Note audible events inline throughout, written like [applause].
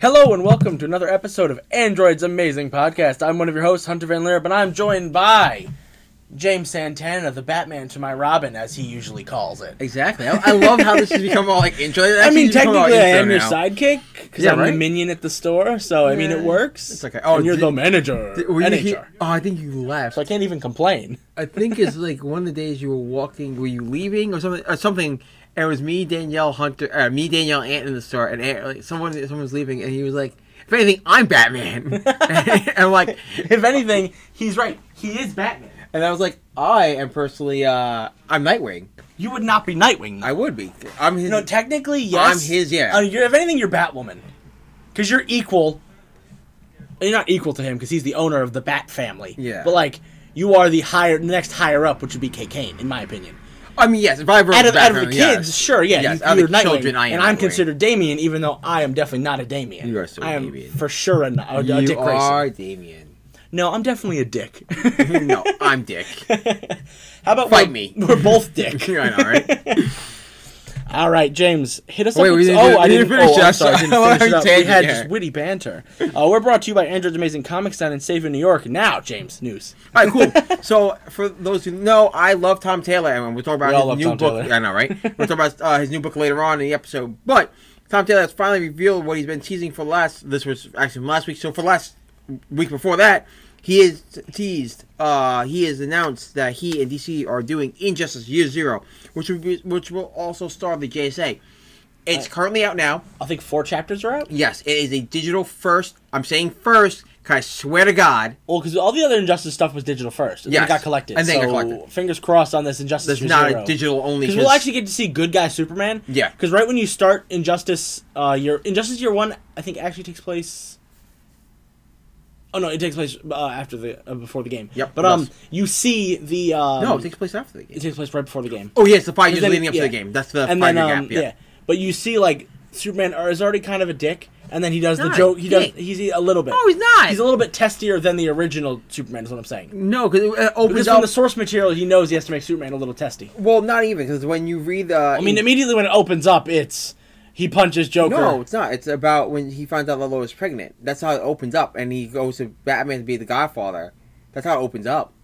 Hello and welcome to another episode of Android's Amazing Podcast. I'm one of your hosts, Hunter Van Leer, and I'm joined by James Santana, the Batman to my Robin, as he usually calls it. Exactly. I, I love how this has become all like intro. I That's mean, just become all technically, I intro am your now. sidekick because Yeah, I'm the right? minion at the store, so I mean, it Yeah. works. It's okay. Oh, and you're did- the manager, Did- were you NHR. here- Oh, I think you left. so I can't even complain. [laughs] I think it's like one of the days you were walking. Were you leaving or something? Or something? And it was me, Danielle Hunter, uh, me, Danielle Ant in the store, and Ant, like, someone, someone was leaving, and he was like, "If anything, [laughs] I'm Batman." [laughs] and I'm like, If anything, he's right. He is Batman. and I was like, I am personally, uh, I'm Nightwing. You would not be Nightwing. I would be. I'm his. no, technically, yes. Oh, I'm his, yeah. Uh, you're, if anything, you're Batwoman because you're equal. You're not equal to him because he's the owner of the Bat family. Yeah. But like, you are the higher, next higher up, which would be K. Kane, in my opinion. I mean, yes, if I were out of, out of the Batman, kids, yes. sure, yeah, Yes, you, out of you're the Nightwing, children, I am and I'm Nightwing. considered Damien, even though I am definitely not a Damien. You are so I am Damien. for sure a, a, a you Dick Grayson. are Damien. [laughs] No, I'm definitely a Dick. [laughs] no, I'm Dick. [laughs] How about Fight we're, me. We're both [laughs] Dick. I know, right? All right, James, hit us Wait, up. we with- didn't do- oh, I we didn't didn't oh, finish it. I'm [laughs] I'm sorry, I sorry. didn't finish it up. We Tangent had here. just witty banter. Uh, we're brought to you by Android's Amazing Comics down in Savior, New York. Now, James, news. All right, cool. So for those who know, I love Tom Taylor, and we'll talk about We all his love new Tom book. Taylor. I know, right? [laughs] We'll talk about uh, his new book later on in the episode. But Tom Taylor has finally revealed what he's been teasing for last. This was actually from last week. So for last week before that, he is teased. Uh, he has announced that he and DC are doing Injustice Year Zero, which will be, which will also star the JSA. It's currently out now. I think four chapters are out. Yes, it is a digital first. I'm saying first, because I swear to God, Well, because all the other Injustice stuff was digital first, and then it Yes, got collected. and then so it got collected. fingers crossed on this Injustice. there's Year not Zero. a digital only. Because we'll actually get to see good guy Superman. Yeah. Because right when you start Injustice, uh, your Injustice Year One, I think actually takes place. Oh no, it takes place uh, after the uh, before the game. Yep, But it um, does. you see the um, no, it takes place after the game. it takes place right before the game. Oh yes, the five years then- leading up yeah. to the game. That's the and five then year um, gap. Yeah. but you see like Superman are- is already kind of a dick, and then he does the Not a joke. He does dick. he's a little bit. No, he's not. He's a little bit testier than the original Superman. Is what I'm saying. No, because it uh, Because opens from up. the source material, he knows he has to make Superman a little testy. well, not even because when you read the. I mean, immediately when it opens up, it's he punches Joker. no, it's not. It's about when he finds out Lolo is pregnant. That's how it opens up, and he goes to Batman to be the Godfather. That's how it opens up,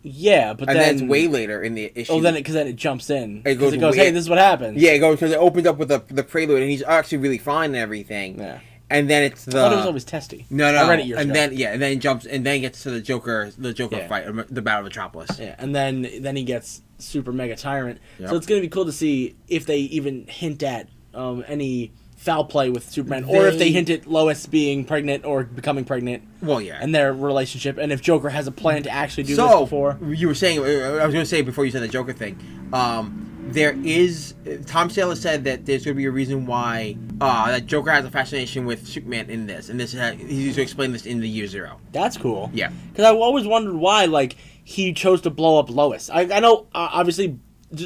Yeah, but and then, then, it's way later in the issue. oh, then because then it jumps in. 'Cause It goes, goes way- hey, this is what happens. yeah, it goes because it opens up with the the prelude, and he's actually really fine and everything. yeah. And then it's the. I thought it was always testy. no, no, I read it years and ago. then yeah, and then jumps, and then gets to the Joker, the Joker Yeah. fight, um, the Battle of Metropolis. yeah, and then then he gets super mega tyrant. So Yep. it's gonna be cool to see if they even hint at um, any foul play with Superman, or if they They- hint at Lois being pregnant or becoming pregnant Well, yeah, and their relationship, and if Joker has a plan to actually do this so before. you were saying i was going to say before you said the joker thing um, there is tom Taylor said that there's going to be a reason why uh, that joker has a fascination with superman in this and this ha- he's going to explain this in the year zero That's cool. Yeah. Because I always wondered why, like, he chose to blow up Lois. I, I know, uh, obviously, d-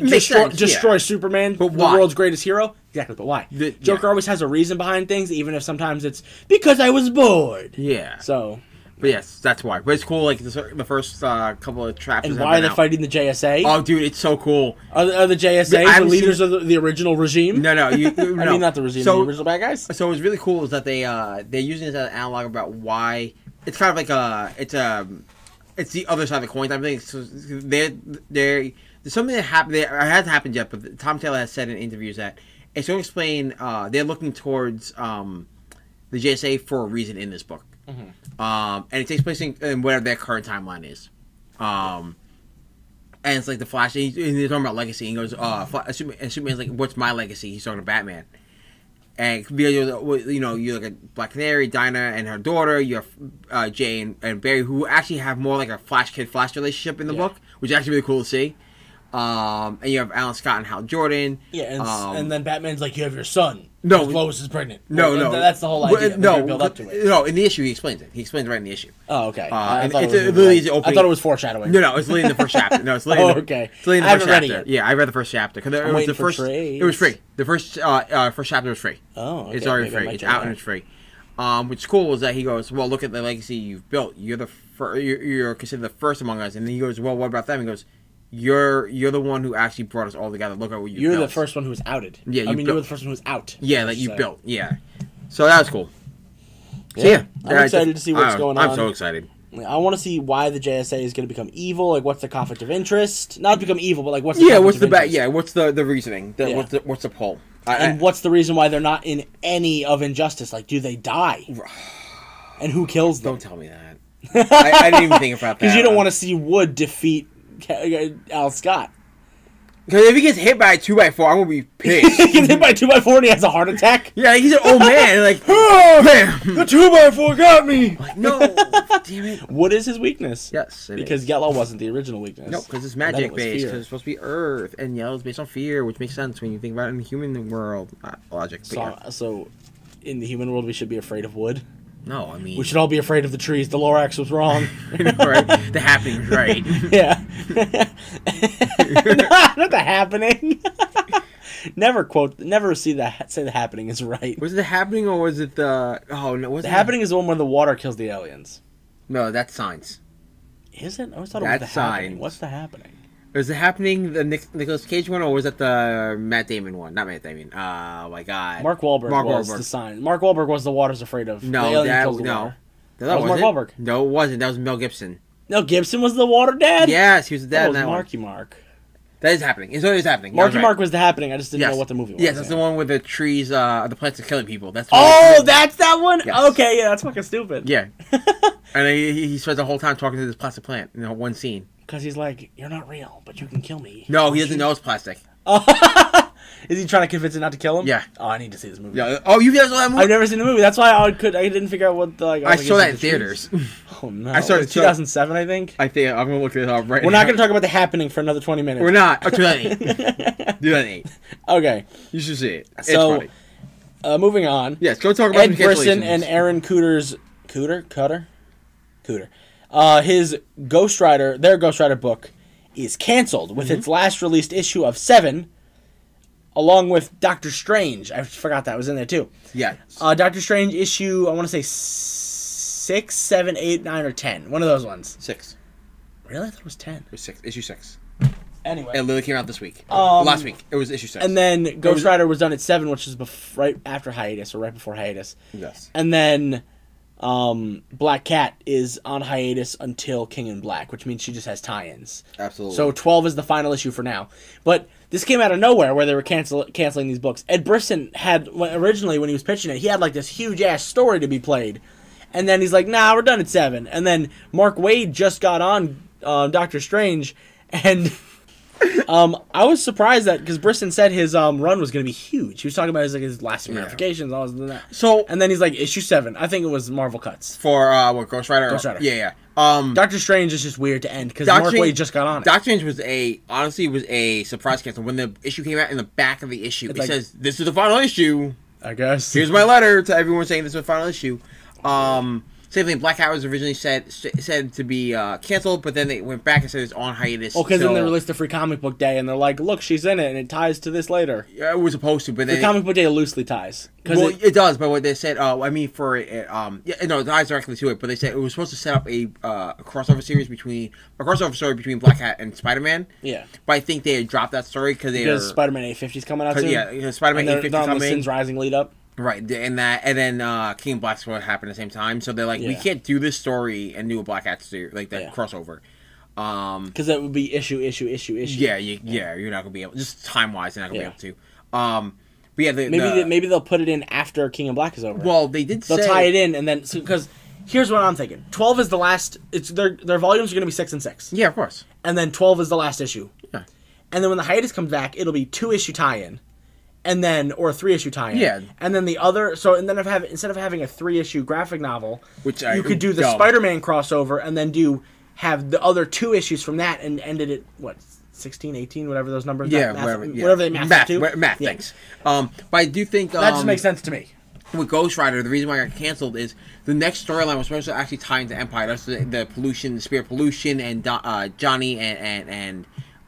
Makes destroy, sense, yeah. destroy Superman, But the why? world's greatest hero. Exactly, but why? The- Joker yeah. always has a reason behind things, even if sometimes it's because I was bored. yeah So, but yes that's why but it's cool like the, the first uh, couple of traps and have why are been they out. fighting the JSA? oh dude it's so cool are, the, are the JSA I the haven't leaders seen- of the, the original regime? no no you [laughs] no. I mean, not the regime, so, the original bad guys. so what's really cool is that they uh they're using this as an analog about why it's kind of like a it's a it's the other side of the coin type thing. So they're they're there's something that happened there it hasn't happened yet, but Tom Taylor has said in interviews that it's going to explain uh they're looking towards um the JSA for a reason in this book, Mm-hmm. um and it takes place in, in whatever their current timeline is, um. And it's like the Flash, and, he's, and they're talking about legacy. And he goes, uh, Fla- Superman, and Superman's like, "What's my legacy?" He's talking to Batman, and because you know you look at Black Canary, Dinah, and her daughter. You have uh, Jay and, and Barry, who actually have more like a Flash Kid Flash relationship in the Yeah. book, which is actually really cool to see. Um, and you have Alan Scott and Hal Jordan. Yeah, and, s- um, and then Batman's like, you have your son. No. because Lois is pregnant. no, Well, no, th- That's the whole Well, idea. They're no, gonna build up to it. no. In the issue, he explains it. He explains it right in the issue. Oh, okay. Uh, I, and thought it was it's- it in literally the- is I opening- thought it was foreshadowing. No, no, it's literally in the first chapter. No, it's [laughs] literally. Oh, in the, okay. It's literally in I the first haven't read it chapter. yet. Yeah, I read the first chapter because I'm it was waiting the for first. trades. It was free. The first uh, uh, first chapter was free. Oh, okay, it's already maybe I free. might It's check it out and out. it's free. Um, what's cool is that he goes, well, look at the legacy you've built. You're the fir- you're, you're considered the first among us, and then he goes, well, what about them? He goes, you're you're the one who actually brought us all together. Look at what you. You're the built." first one who was outed. Yeah, I you mean, you built- were the first one who was out. Yeah, that you So- built. Yeah. So that was cool. So, yeah, I'm excited to see what's I- going I'm on. so excited. I want to see why the JSA is going to become evil. Like, what's the conflict of interest? Not become evil, but like, what's the Yeah, conflict what's of the back? interest? Yeah, what's the the reasoning? The, Yeah. What's the what's the poll? I, and what's the reason why they're not in any of injustice? Like, do they die? And who kills [sighs] I, don't them? tell me [laughs] that. I, I didn't even think about that. Because you don't want to see Wood defeat Ca- Al [laughs] Scott. [laughs] Because if he gets hit by a two by four, I'm gonna be he pissed. [laughs] gets hit by two by four and he has a heart attack. yeah, he's an old man. [laughs] Like, Oh, bam. The two by four got me. like [laughs] no, damn it. What is his weakness? Yes, it because is. Yellow wasn't the original weakness. No, because it's And then it magic was based. fear. Because it's supposed to be Earth, and yellow is based on fear, which makes sense when you think about it in the human world uh, logic. But So, yeah. so, in the human world, we should be afraid of wood. No, I mean, We should all be afraid of the trees. The Lorax was [laughs] wrong. right? The happening, right? [laughs] yeah. [laughs] not the happening. [laughs] never quote. Never see that. Say the happening is right. Was it the happening or was it the? Oh no, was The it happening is the one where the water kills the aliens. No, that's signs. Is it? I always thought it was the That's happening. signs. What's the happening? Was it happening the Nic- Nicolas Cage one or was it the Matt Damon one? Not Matt Damon. Oh my God. Mark Wahlberg Mark was Wahlberg. the sign. Mark Wahlberg was the water's afraid of. the No, alien that kills the no. water. No, That was Mark wasn't. Wahlberg. No, it wasn't. That was Mel Gibson. No, Gibson was the water dad. Yes, he was the dad that in was that one. Marky Mark. That is happening. It's always happening. Marky That was Mark was the happening. I just didn't Yes. know what the movie was. Yes, that's yeah. the one where the trees, uh, the plants are killing people. That's the Oh, one. that's that one. Yes. Okay, yeah, that's fucking stupid. [laughs] yeah. and he, he- he spends the whole time talking to this plastic plant in that one scene. Because he's like, you're not real, but you can kill me. No, he doesn't know it's plastic. [laughs] Is he trying to convince it not to kill him? Yeah. Oh, I need to see this movie. Yeah. Oh, you guys saw that movie? I've never seen the movie. That's why I could. I didn't figure out what the. Like, I was like, saw is it that in the trees? theaters. Oh no! I saw it- 2007, I think. I think I'm gonna look it up right. We're not now. going to talk about the happening for another 20 minutes. We're not. Oh, 2008. [laughs] 2008. okay. You should see it. It's So- funny. Uh, moving on. Yes, go talk about Ed Brisson congratulations. and Aaron Cooter's Cooter Cutter, Cooter. Uh, his Ghost Rider, their Ghost Rider book, is canceled Mm-hmm. with its last released issue of seven, along with Doctor Strange. I forgot that was in there too. Yeah. Uh, Doctor Strange issue, I want to say s- six, seven, eight, nine, or ten. One of those ones. Six. Really, I thought it was ten. It was six. Issue six. It Anyway. literally came out this week. Um, Last week. It was issue six. And then Ghost was- Rider was done at seven, which is bef- right after hiatus or right before hiatus. Yes. and then um, Black Cat is on hiatus until King in Black, which means she just has tie-ins. Absolutely. So twelve is the final issue for now. But this came out of nowhere, where they were cancel- canceling these books. Ed Brisson had when, originally when he was pitching it, he had like this huge ass story to be played, and then he's like, "Nah, we're done at seven. And then Mark Wade just got on uh, Doctor Strange, and. [laughs] Um, I was surprised that because Brisson said his um run was gonna be huge. He was talking about his like his last ramifications, all this and that. So And then he's like, issue seven. I think it was Marvel cuts. for uh, what Ghost Rider? Ghost Rider. Yeah, yeah. Um, Doctor Strange is just weird to end because Doctor Mark Strange- Wade just got on it. Doctor Strange was a honestly was a surprise cancel when the issue came out. In the back of the issue, it like- says, "This is the final issue." I guess. Here's my letter to everyone saying this is the final issue. Um, same thing. Black Hat was originally said said to be uh, canceled, but then they went back and said it's on hiatus. oh, because then they till- released the free comic book day, and they're like, look, she's in it, and it ties to this later. Yeah, it was supposed to, but then The comic book day loosely ties because well, it, does, but what they said, uh, I mean, for it, um, yeah, no, it ties directly to it. But they said it was supposed to set up a, uh, a crossover series between a crossover story between Black Hat and Spider Man. yeah, But I think they had dropped that story because they because are- Spider Man eight fifty is coming out 'cause, soon. yeah, Spider Man and they're, eight they fifty on the coming Sins Rising lead up. right, th- and that, and then uh, King of Black's will happen at the same time. So they're like, we Yeah. can't do this story and do a Black Hat story like that Yeah. crossover. Um, Because that would be issue, issue, issue, issue. yeah, you, yeah, you're not gonna be able just time wise, you're not gonna Yeah. be able to. Um, but yeah, the, Maybe the- they, maybe they'll put it in after King and Black is over. well, they did they'll say tie it in, and then because here's what I'm thinking: twelve is the last. It's their their volumes are going to be six and six. Yeah, of course. and then 12 is the last issue. Yeah. And then when the hiatus comes back, it'll be two issue tie in, and then or a three issue tie in. Yeah. And then the other, so and then if have instead of having a three issue graphic novel, Which you I- could do the dumb. Spider Man crossover, and then do have the other two issues from that, and ended at what 16, 18, whatever those numbers. Yeah, that math- whatever, yeah. whatever they math, math to. wha- Math, Yeah. thanks. Um, but I do think um, That just makes sense to me. with Ghost Rider, the reason why it got canceled is the next storyline was supposed to actually tie into Empire. That's the, the pollution, the spirit pollution, and Do- uh, Johnny and and and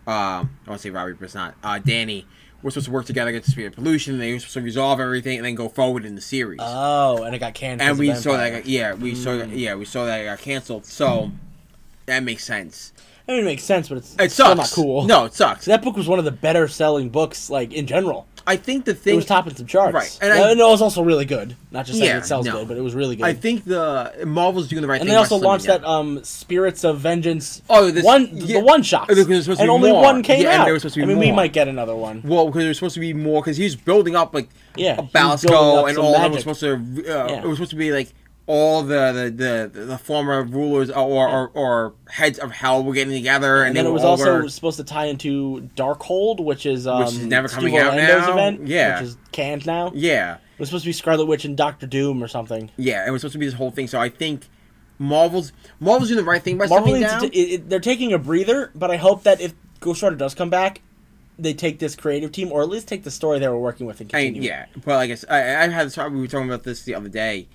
um, I want to say Robbie, but it's not uh, Danny. We're supposed to work together against the spirit pollution. And they were supposed to resolve everything and then go forward in the series. Oh, and it got canned. 'cause and of Hmm. we saw that. Vampire. Got, yeah, we saw. That, yeah, we saw that it got canceled. So Hmm. that makes sense. I mean, it makes sense, but it's It still sucks. not cool. No, it sucks. that book was one of the better selling books, like in general. I think the It thing was topping some charts. Right, and And, I- it was also really good. Not just saying Yeah, it sells no. good, but it was really good. I think the Marvel's doing the right and thing. they by also slimming launched down. that um, Spirits of Vengeance Oh, this- one yeah. the one shot. Oh, there was supposed to And be only more. one came Yeah, and out. there was supposed to be I mean, we more. might get another one. Well, because there's supposed to be more. Because he's building up like Yeah, a he's building up Balasco and some all that was magic. supposed to. Uh, Yeah. It was supposed to be like all the the the, the former rulers uh, or, or or heads of hell were getting together, and, And they then it were was all also gonna- supposed to tie into Darkhold, which is um, Which is never coming Steve out Orlando's now. Event, Yeah. which is canned now. yeah, It was supposed to be Scarlet Witch and Doctor Doom or something. yeah. It was supposed to be this whole thing. So I think Marvel's Marvel's doing the right thing by Marvel stepping needs down. to, it, it- they're taking a breather, but I hope that if Ghost Rider does come back, they take this creative team or at least take the story they were working with and I continue. yeah, but like I guess I, I had this, we were talking about this the other day.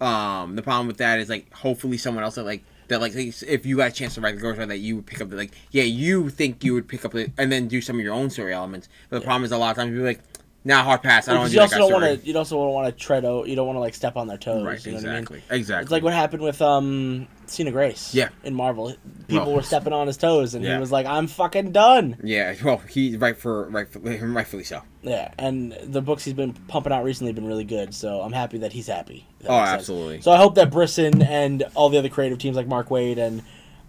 Um, the problem with that is like hopefully someone else that like that like if you got a chance to write the Ghost Rider that you would pick up the like yeah you think you would pick up the, and then do some of your own story elements. But the problem is a lot of times you're like nah hard pass I don't want Because to you also do that guy's don't want story. to. You also don't want to tread. O- you don't want to like step on their toes. Right, you know What I mean? exactly, exactly. It's like what happened with um Cena Grace. Yeah. In Marvel, people Well- were stepping on his toes, and Yeah. he was like, "I'm fucking done." yeah, [laughs] well he right for right for, [laughs] rightfully so. Yeah, and the books he's been pumping out recently have been really good, so I'm happy that he's happy. If that Oh, makes sense. absolutely. So I hope that Brisson and all the other creative teams like Mark Wade and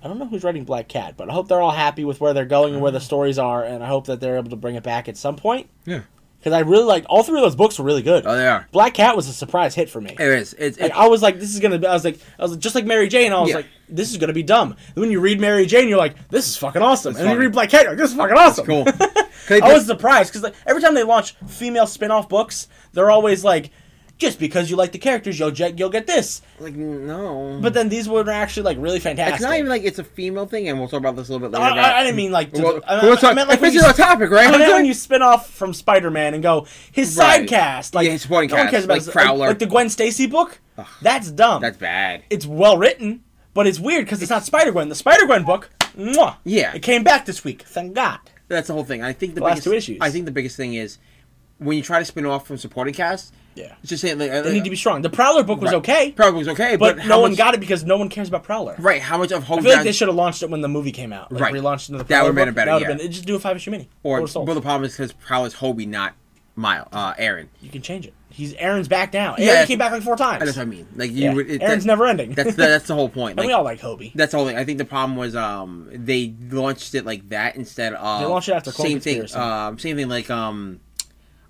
I don't know who's writing Black Cat, but I hope they're all happy with where they're going and where Mm-hmm. the stories are, and I hope that they're able to bring it back at some point. Yeah. Because I really liked all three of those books were really good. Oh, they are. Black Cat was a surprise hit for me. It is. It's Like it- I was like, this is gonna be. I was like, I was just like Mary Jane. I was Yeah. like, this is gonna be dumb. And when you read Mary Jane, you're like, this is fucking awesome. and then funny. you read Black Cat, you're like, this is fucking awesome. cool. [laughs] I was surprised because like every time they launch female spin-off books, they're always like, just because you like the characters, you'll get you'll get this. like no, But then these were actually like really fantastic. it's not even like it's a female thing, and we'll talk about this a little bit I, later. I- about- I didn't mean like. To, Well, I, I- we'll I talk- meant like if when this you, is our topic, right? I meant We're when doing- you spin off from Spider-Man and go his Right. side cast, like Yeah, his supporting no one cast, cares about like his- Prowler. like, the Gwen Stacy book. That's dumb. That's bad. it's well written, but it's weird because it's not Spider Gwen. The Spider Gwen book, mwah, Yeah. it came back this week. Thank God. That's the whole thing. I think the, last biggest, two issues. I think the biggest thing is when you try to spin off from supporting cast. Yeah. It's just saying like, They need to be strong. The Prowler book was okay, Probably was okay, but, but, how no one much- got it because no one cares about Prowler. right. How much of I Home feel like Ground they should have launched it when the movie came out. Like, Right. relaunched another That Prowler would've been book. a better- That would have yeah. been. Just do a five issue mini. or Would've sold. well, the problem is because Prowler's Hobie, not Mile uh, Aaron. you can change it. He's Aaron's back now. Yeah, Aaron that's- came back like four times. That's what I mean. Like you, Yeah. would, it, Aaron's that- never ending. That's the, that's the whole [laughs] point. and Like we all like Hobie. that's the whole thing. I think the problem was um they launched it like that instead of They launched it after Clone same thing. Conspiracy. Um, same thing like um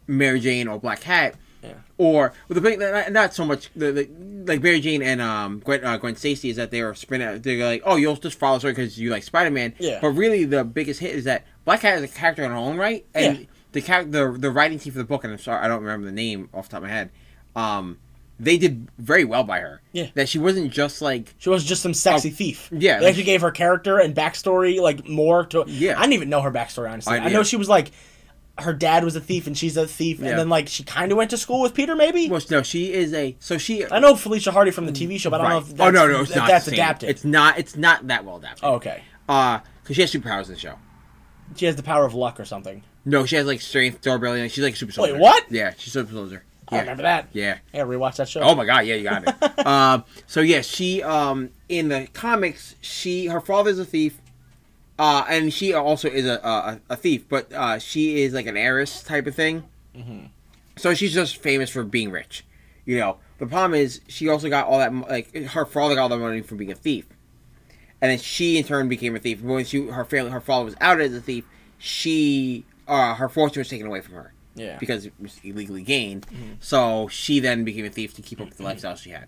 Mary Jane or Black Hat. Yeah. Or well, the big, not, not so much the, the, like Mary Jane and um Gwen, uh, Gwen Stacy is that they were spinning. They're like, oh, you'll just follow her because you like Spider Man. Yeah. But really, the biggest hit is that Black Hat is a character on her own right, and Yeah. the charac- the the writing team for the book, and I'm sorry, I don't remember the name off the top of my head. Um, they did very well by her. Yeah. That she wasn't just like She was just some sexy thief. Oh, yeah, they like- actually gave her character and backstory like more to. Yeah. I didn't even know her backstory honestly. I I, did. know she was like, her dad was a thief and she's a thief, Yeah. and then like she kind of went to school with Peter maybe. Well, no, she is a so she. I know Felicia Hardy from the TV show, but I don't Right. know if oh that's, no, no, it's if not. that's the same. adapted. It's not. It's not that well adapted. oh, okay. Uh, because she has superpowers in the show. She has the power of luck or something. No, she has like strength, durability. Like, she's like a super Wait, soldier. what? Yeah, she's super soldier. I Yeah. remember that. Yeah. Yeah, rewatch that show. Oh my god, yeah, you got [laughs] it. um, so yeah, she um in the comics, she her father's a thief, uh, and she also is a a, a thief, but uh, she is like an heiress type of thing. So she's just famous for being rich, you know. The problem is she also got all that mo- like her father got all the money from being a thief, and then she in turn became a thief. When she her family her father was outed as a thief, she uh, her fortune was taken away from her Yeah. Mm-hmm. because it was illegally gained. So she then became a thief to keep up with the lifestyle she had.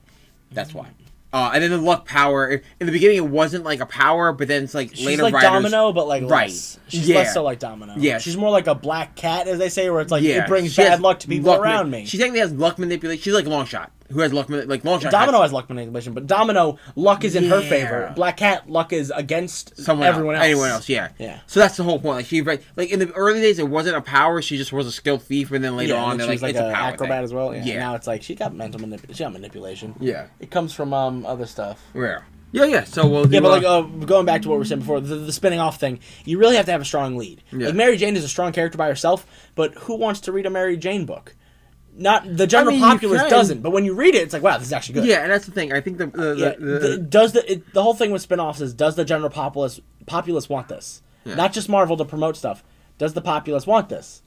That's Mm-hmm. why. Uh, and then the luck power in the beginning it wasn't like a power, but then it's like She's later like writers. Domino, but like Right. less. She's Yeah. less so like Domino. Yeah. She's more like a black cat, as they say, where it's like it brings she has bad luck to people luck ma- around me. She technically has luck manipulation. She's like long shot. Who has luck? mani- Like long shot. Domino has luck manipulation, but Domino luck is in her Yeah. favor. Black Cat luck is against someone everyone else. Anyone else, yeah. Yeah. So that's the whole point. Like she right like in the early days it wasn't a power, she just was a skilled thief and then later Yeah, on and they're then like, she's like, it's a, a power. acrobat thing. as well. Yeah. Yeah. Now it's like she got mental manip- she got manipulation. Yeah. It comes from um other stuff. Yeah. Yeah, yeah. So we'll do Yeah, but like uh, uh, going back to what we were saying before, the, the spinning off thing, you really have to have a strong lead. Yeah. Like Mary Jane is a strong character by herself, but who wants to read a Mary Jane book? Not the general mean, you populace can. doesn't, but when you read it, it's like wow, this is actually good. Yeah, and that's the thing. I think the the, Yeah, the, the, the- does the it, the whole thing with spin-offs is does the general populace populace want this? Not just Marvel to promote stuff. Does the populace want this?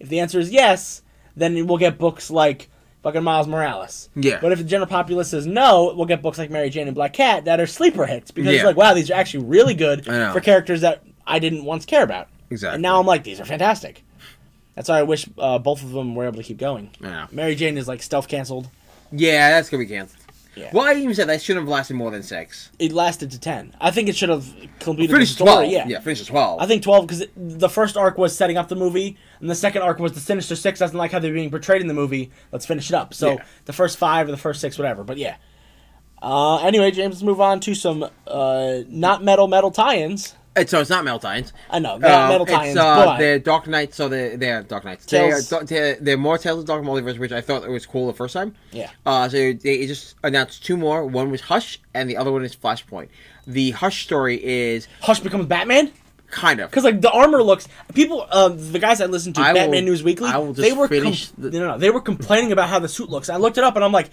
If the answer is yes, then we'll get books like fucking Miles Morales. Yeah. But if the general populace says no, we'll get books like Mary Jane and Black Cat that are sleeper hits because it's Yeah. like, wow, these are actually really good I know. for characters that I didn't once care about. Exactly. And now I'm like, these are fantastic. That's why I wish uh, both of them were able to keep going. Yeah. Mary Jane is like stealth canceled. Yeah, that's gonna be canceled. Yeah. Well, I even said that shouldn't have lasted more than six. It lasted to ten. I think it should have completed the Finish at story. twelve. Yeah. yeah, finish at twelve. I think twelve because the first arc was setting up the movie, and the second arc was the Sinister Six doesn't like how they're being portrayed in the movie. Let's finish it up. So Yeah. the first five or the first six, whatever. But yeah. Uh, anyway, James, let's move on to some uh, not metal metal tie-ins. It's- so it's not Metal Titans. I know not metal tie-ins, it's, uh, but they're Dark Knights, so they're, they're Dark Knights. Tales. They're, they're, they're more Tales of the Dark Multiverse, which I thought it was cool the first time. Yeah. Uh, so they just announced two more. One was Hush, and the other one is Flashpoint. The Hush story is Hush becomes Batman. [laughs] kind of Because like the armor looks, people, um, the guys I listened to, I Batman will- News Weekly, I will just they were com- finish the- no, no, they were complaining about how the suit looks. I looked it up and I'm like,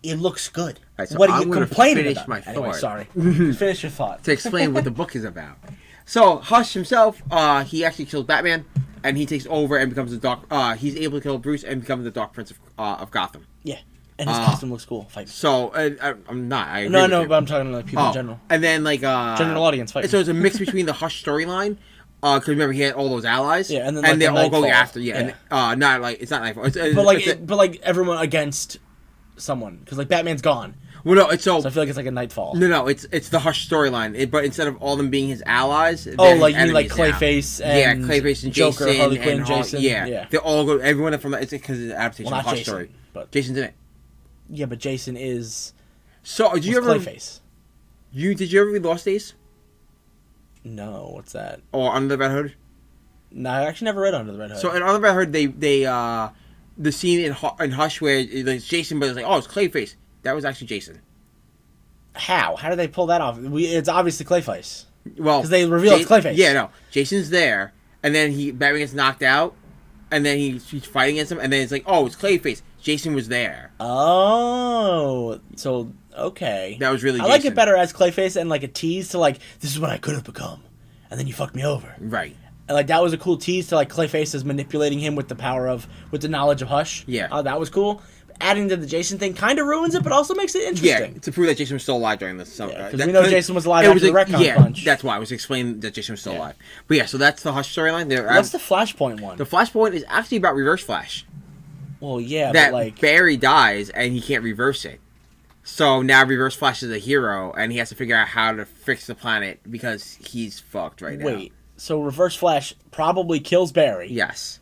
it looks good. Alright, so what are I'm you gonna complaining finish about? my Anyway, thought. sorry, [laughs] finish your thought. to explain what the book is about. So Hush himself, uh, he actually kills Batman, and he takes over and becomes the Dark. Uh, he's able to kill Bruce and become the Dark Prince of, uh, of Gotham. Yeah, and his Uh, costume looks cool. Fight. So uh, I, I'm not. I agree No, with no, you. but I'm talking to like people in general. Oh, And then like uh General audience fight. So it's a mix [laughs] between the Hush storyline. Uh, cause remember he had all those allies. Yeah, and then, like, and they're the all going Nightfall. after. Yeah, Yeah. and uh, not like it's not nightfall. It's, it's, But like, it's it, but like everyone against someone because like Batman's gone, well, no, it's so, so I feel like it's like a nightfall. no, no, it's it's the Hush storyline. It, but instead of all them being his allies, they're oh, his like you mean like enemies now. Clayface yeah, and Clayface and Joker, Jason, Harley Quinn, and Har- Jason. Yeah, yeah, they all go. Everyone from it's because it's an adaptation Well, of not Hush Jason, story. but- Jason's in it. yeah, but Jason is So did you what's ever Clayface. you did you ever read Lost Days No, what's that? or Under the Red Hood? No, I actually never read Under the Red Hood. So in Oliver I heard they they uh the scene in, Hu- in Hush where it- it's Jason, but it's like oh it's Clayface. That was actually Jason. how? How do they pull that off? We, it's obviously Clayface. Well, 'Cause they reveal it's Clayface. Yeah, no, Jason's there, and then he Batman gets knocked out, and then he, he's fighting against him, and then it's like oh it's Clayface. Jason was there. Oh, so okay. That was really I like Jason. it better as Clayface and like a tease to like this is what I could have become, and then you fucked me over. Right. And like that was a cool tease to like Clayface is manipulating him with the power of with the knowledge of Hush. Yeah. oh, that was cool. Adding to the Jason thing kind of ruins it, but also makes it Yeah, interesting. to prove that Jason was still alive during this. Summer. Yeah, 'cause That- we know that- Jason was alive it after the retcon yeah, punch. That's why I was explaining that Jason was still Yeah. alive. But yeah, so that's the Hush storyline. There, um, What's the Flashpoint one? the Flashpoint is actually about Reverse Flash. well, yeah, that but like Barry dies and he can't reverse it. So now Reverse Flash is a hero and he has to figure out how to fix the planet because he's fucked right now. wait, so Reverse Flash probably kills Barry. Yes.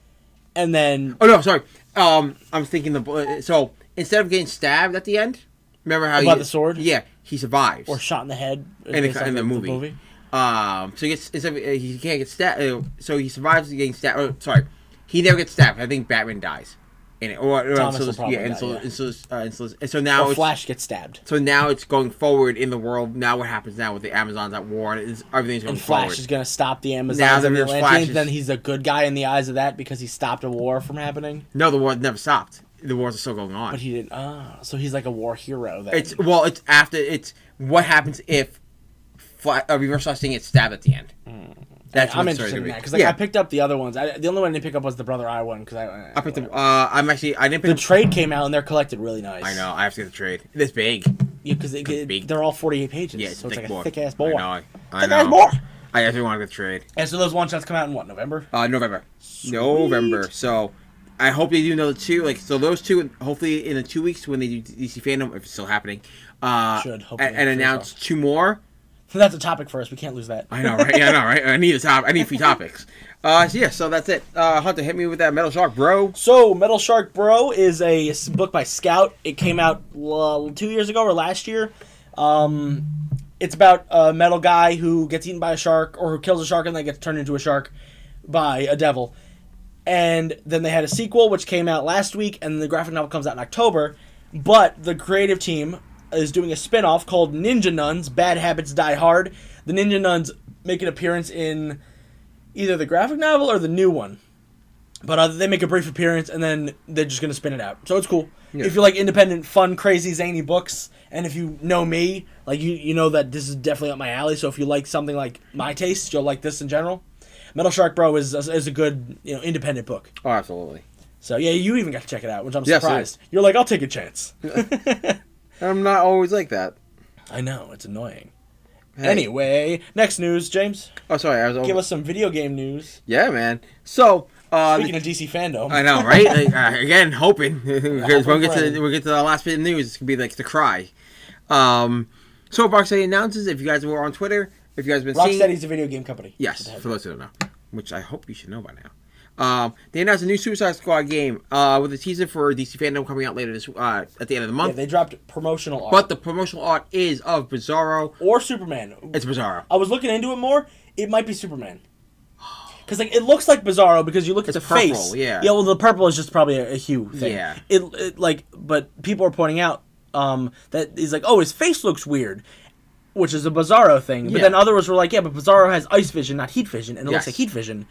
and then Oh no, sorry. Um, I'm thinking the bu- so instead of getting stabbed at the end, remember how By he, the sword? Yeah, he survives. or shot in the head in based the, off in the of movie. Um, so he gets instead of, uh, he can't get stabbed. Uh, so he survives getting stabbed. Oh, sorry, he never gets stabbed. I think Batman dies. In it, or, or Thomas so will this- probably yeah, and die, so, yeah. and so, uh, and so, and so now Or it's- Flash gets stabbed. So now it's going forward in the world. Now what happens now with the Amazons at war? and It's, everything's going And Flash forward. is going to stop the Now Amazons that and the there's Atlanteans. Flash is- Then he's a good guy in the eyes of that because he stopped a war from happening. No, the war never stopped. The wars are still going on. But he didn't. Ah, so he's like a war hero. Then. it's well, it's after it's what happens if Fla- uh, Reverse Flash thing gets stabbed at the end. That's Hmm. I'm what the story's interested in gonna be. that because like, I picked up the other ones. I, the only one I didn't pick up was the Brother Eye one because I, I picked up. Uh, I'm actually. I didn't the pick. up, trade came out and they're collected really nice. I know. I have to get the trade. It's big. because big. they're all 48 pages. Yeah, it's so a it's thick like a book. thick ass boy. I know. I, I Thick know. ass boy. I actually want to get the trade. And so those one shots come out in what November? [laughs] Uh, November. November. So I hope they do know the two. Like so, those two. Hopefully, in the two weeks when they do DC fandom, if it's still happening, uh, Should, and, hopefully, and I'm sure announce so. two more. So that's a topic for us. We can't lose that. I know, right? Yeah, I know, right? I need a top. I need three topics. Uh, so yeah. So that's it. Uh, Hunter, hit me with that metal shark, bro. So, Metal Shark Bro is a s- book by Scout. It came out uh, two years ago or last year. Um, it's about a metal guy who gets eaten by a shark or who kills a shark and then gets turned into a shark by a devil. And then they had a sequel, which came out last week, and the graphic novel comes out in October. But the creative team is doing a spin off called Ninja Nuns Bad Habits Die Hard. The Ninja Nuns make an appearance in either the graphic novel or the new one. But uh, they make a brief appearance and then they're just gonna spin it out. So it's cool. If you like independent, fun, crazy, zany books, and if you know me, like you, you know that this is definitely up my alley. So if you like something like my taste, you'll like this in general. Metal Shark Bro is is a good you know independent book. Oh, absolutely. So yeah, you even got to check it out, which I'm Yes, surprised. You're like, I'll take a chance. I'm not always like that. I know it's annoying. Hey. Anyway, next news, James. Oh, sorry. I was Give over. us some video game news. yeah, man. So, uh, Speaking of DC fandom, I know, [laughs] right? Like, uh, again, hoping [laughs] because we'll get to Hoping. we'll get to the last bit of news. It's gonna be like the cry. Um, so Rocksteady announces if you guys were on Twitter, if you guys have been seeing, Rocksteady's a video game company. yes, for those who don't know, which I hope you should know by now. Um, they announced a new Suicide Squad game uh, with a teaser for DC fandom coming out later this uh, at the end of the Yeah, month. they dropped promotional art but the promotional art is of Bizarro. or Superman. It's Bizarro. I was looking into it more. It might be Superman. Because like it looks like Bizarro because you look at It's the purple, face. yeah. Yeah. Well, the purple is just probably a, a hue thing. Yeah. It, it like, but people are pointing out um that he's like, oh, his face looks weird, which is a Bizarro thing. But Yeah. then others were like, yeah, but Bizarro has ice vision, not heat vision, and it looks Yes. Oh. like heat vision.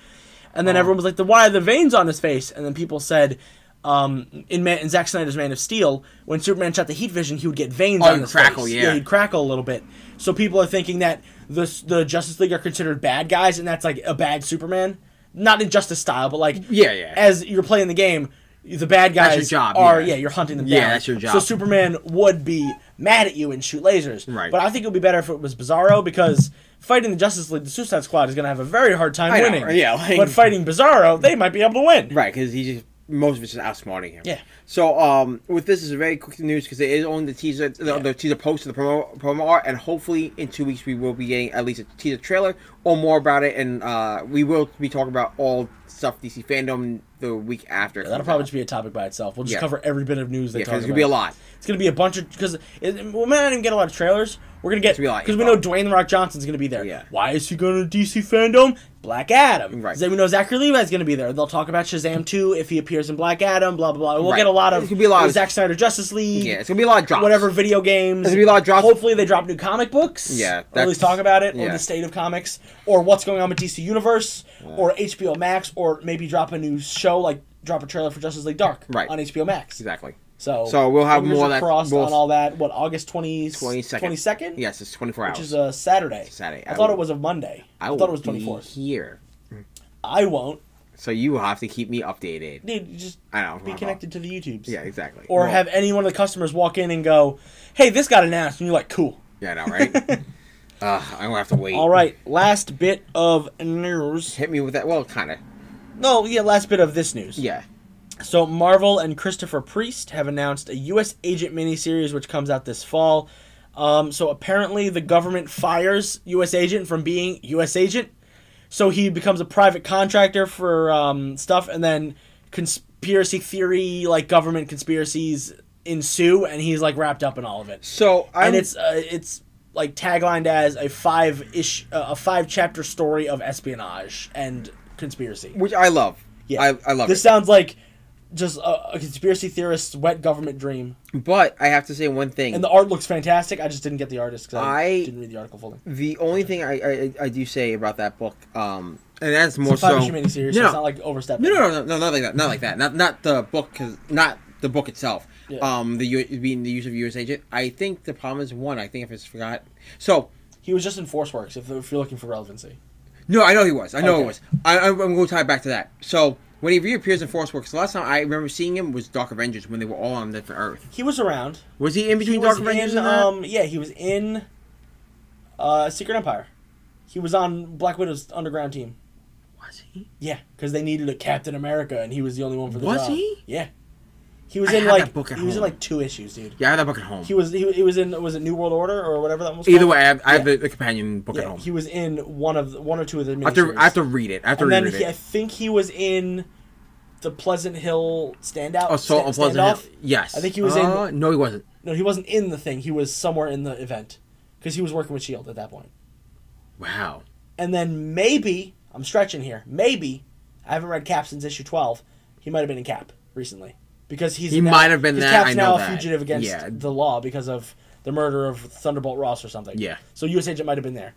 And then everyone was like, the why are the veins on his face? And then people said. Um, in, Man- in Zack Snyder's Man of Steel, when Superman shot the heat vision, he would get veins Oh, on he'd his crackle, face. yeah. he'd crackle a little bit. So people are thinking that the the Justice League are considered bad guys, and that's like a bad Superman. Not in justice style, but like Yeah, yeah. As you're playing the game, the bad guys your job, are yeah. yeah. you're hunting them Yeah, down. that's your job. So Superman would be mad at you and shoot lasers. Right. But I think it would be better if it was Bizarro because fighting the Justice League, the Suicide Squad is gonna have a very hard time I know, winning. yeah, like- but fighting Bizarro, they might be able to win. Right, because he just most of it's just outsmarting him. Yeah. So um, with this is very quick news because it is only the teaser, the, the teaser post, and the promo, promo art, and hopefully in two weeks we will be getting at least a teaser trailer or more about it, and uh, we will be talking about all stuff DC fandom the week after. That'll probably just be a topic by itself. We'll just Yeah. cover every bit of news they yeah, talk about. 'cause it's gonna be a lot. It's gonna be a bunch of because we might not even get a lot of trailers. We're gonna get gonna be a lot, because we yeah. know Dwayne the Rock Johnson's gonna be there. Yeah. Why is he going to DC fandom? Black Adam. Right. Then we know Zachary Levi's gonna be there. They'll talk about Shazam two if he appears in Black Adam. Blah blah blah. We'll Right. get a lot of It's gonna be a lot of- Zack Snyder Justice League. Yeah, it's gonna be a lot of drops. Whatever video games. There's gonna be a lot of drops. Hopefully they drop new comic books. Yeah, Or at that's- least talk about it, or yeah. the state of comics, or what's going on with DC Universe, or HBO Max, or maybe drop a new show like drop a trailer for Justice League Dark Right. on HBO Max. Exactly. So, So we'll have fingers more of that- crossed more- on all that. What August 20, 22nd? 22nd. Yes, it's twenty four hours. which is a Saturday. Saturday. I, I thought will- it was a Monday. I, will thought it was be 24th. here, I won't. so you will have to keep me updated. Dude, you just I know. be my fault. connected to the YouTubes. Uh-huh. Yeah, exactly. Or Well, have any one of the customers walk in and go, "Hey, this got announced," and you're like, "Cool." Yeah, I know, [laughs] right? uh, I'm gonna have to wait. All right, last bit of news. Hit me with that. Well, kind of. No, yeah, last bit of this news. Yeah. So Marvel and Christopher Priest have announced a U.S. Agent miniseries which comes out this fall. Um, so apparently the government fires U.S. Agent from being U.S. Agent, so he becomes a private contractor for um, stuff, and then conspiracy theory like government conspiracies ensue, and he's like wrapped up in all of it. So I'm, and it's uh, it's like taglined as a five ish uh, a five chapter story of espionage and conspiracy. which I love. Yeah. Yeah, I, I love This it. sounds like just a, a conspiracy theorist's wet government dream. But I have to say one thing. And the The, art looks fantastic. I just didn't get the artist because I, I- didn't read the article fully. only thing I, I I do say about that book, um, and that's more It's a five so. issue miniseries, so no, it's not like overstepping. no, no, no, no, no, not like that. Not like that. Not not the book, cause not the book itself. Yeah. Um, the U- being the use of U.S. agent. I think the problem is one. I think if it's forgot. So He was just in Force Works. If, if you're looking for relevancy, No, I know he was. I know Okay. he was. I, I, I'm going to tie it back to that. So when he reappears in Force Works, the last time I remember seeing him was Dark Avengers when they were all on different Earth. he was around. Was he in He between was Dark Avengers in. and that? Um, yeah, he was in. Uh, Secret Empire. He was on Black Widow's underground team. Was he? Yeah, because they needed a Captain America, and he was the only one for the Was job. he? Yeah, he was I in have that like book at he was in home. like two issues, dude. Yeah, I have that book at home. He was he, he was in was it New World Order or whatever that was. Either called? way, I have, I have Yeah. the, the companion book at Yeah, home. he was in one of the, one or two of the I, have to, miniseries. I have to read it. I have to and read then it. he, I think he was in the Pleasant Hill standout. Assault sta- on Oh, Pleasant standoff. Hill. Yes. I think he was Uh, No, he wasn't. No, he wasn't in the thing. He was somewhere in the event because he was working with Shield E at that point. Wow. And then maybe I'm stretching here. Maybe I haven't read Cap since issue twelve. He might have been in Cap recently because he's He now- might have been 'cause that, Cap's I now know a that. fugitive against Yeah. the law because of the murder of Thunderbolt Ross or something. Yeah. So U.S. Agent might have been there.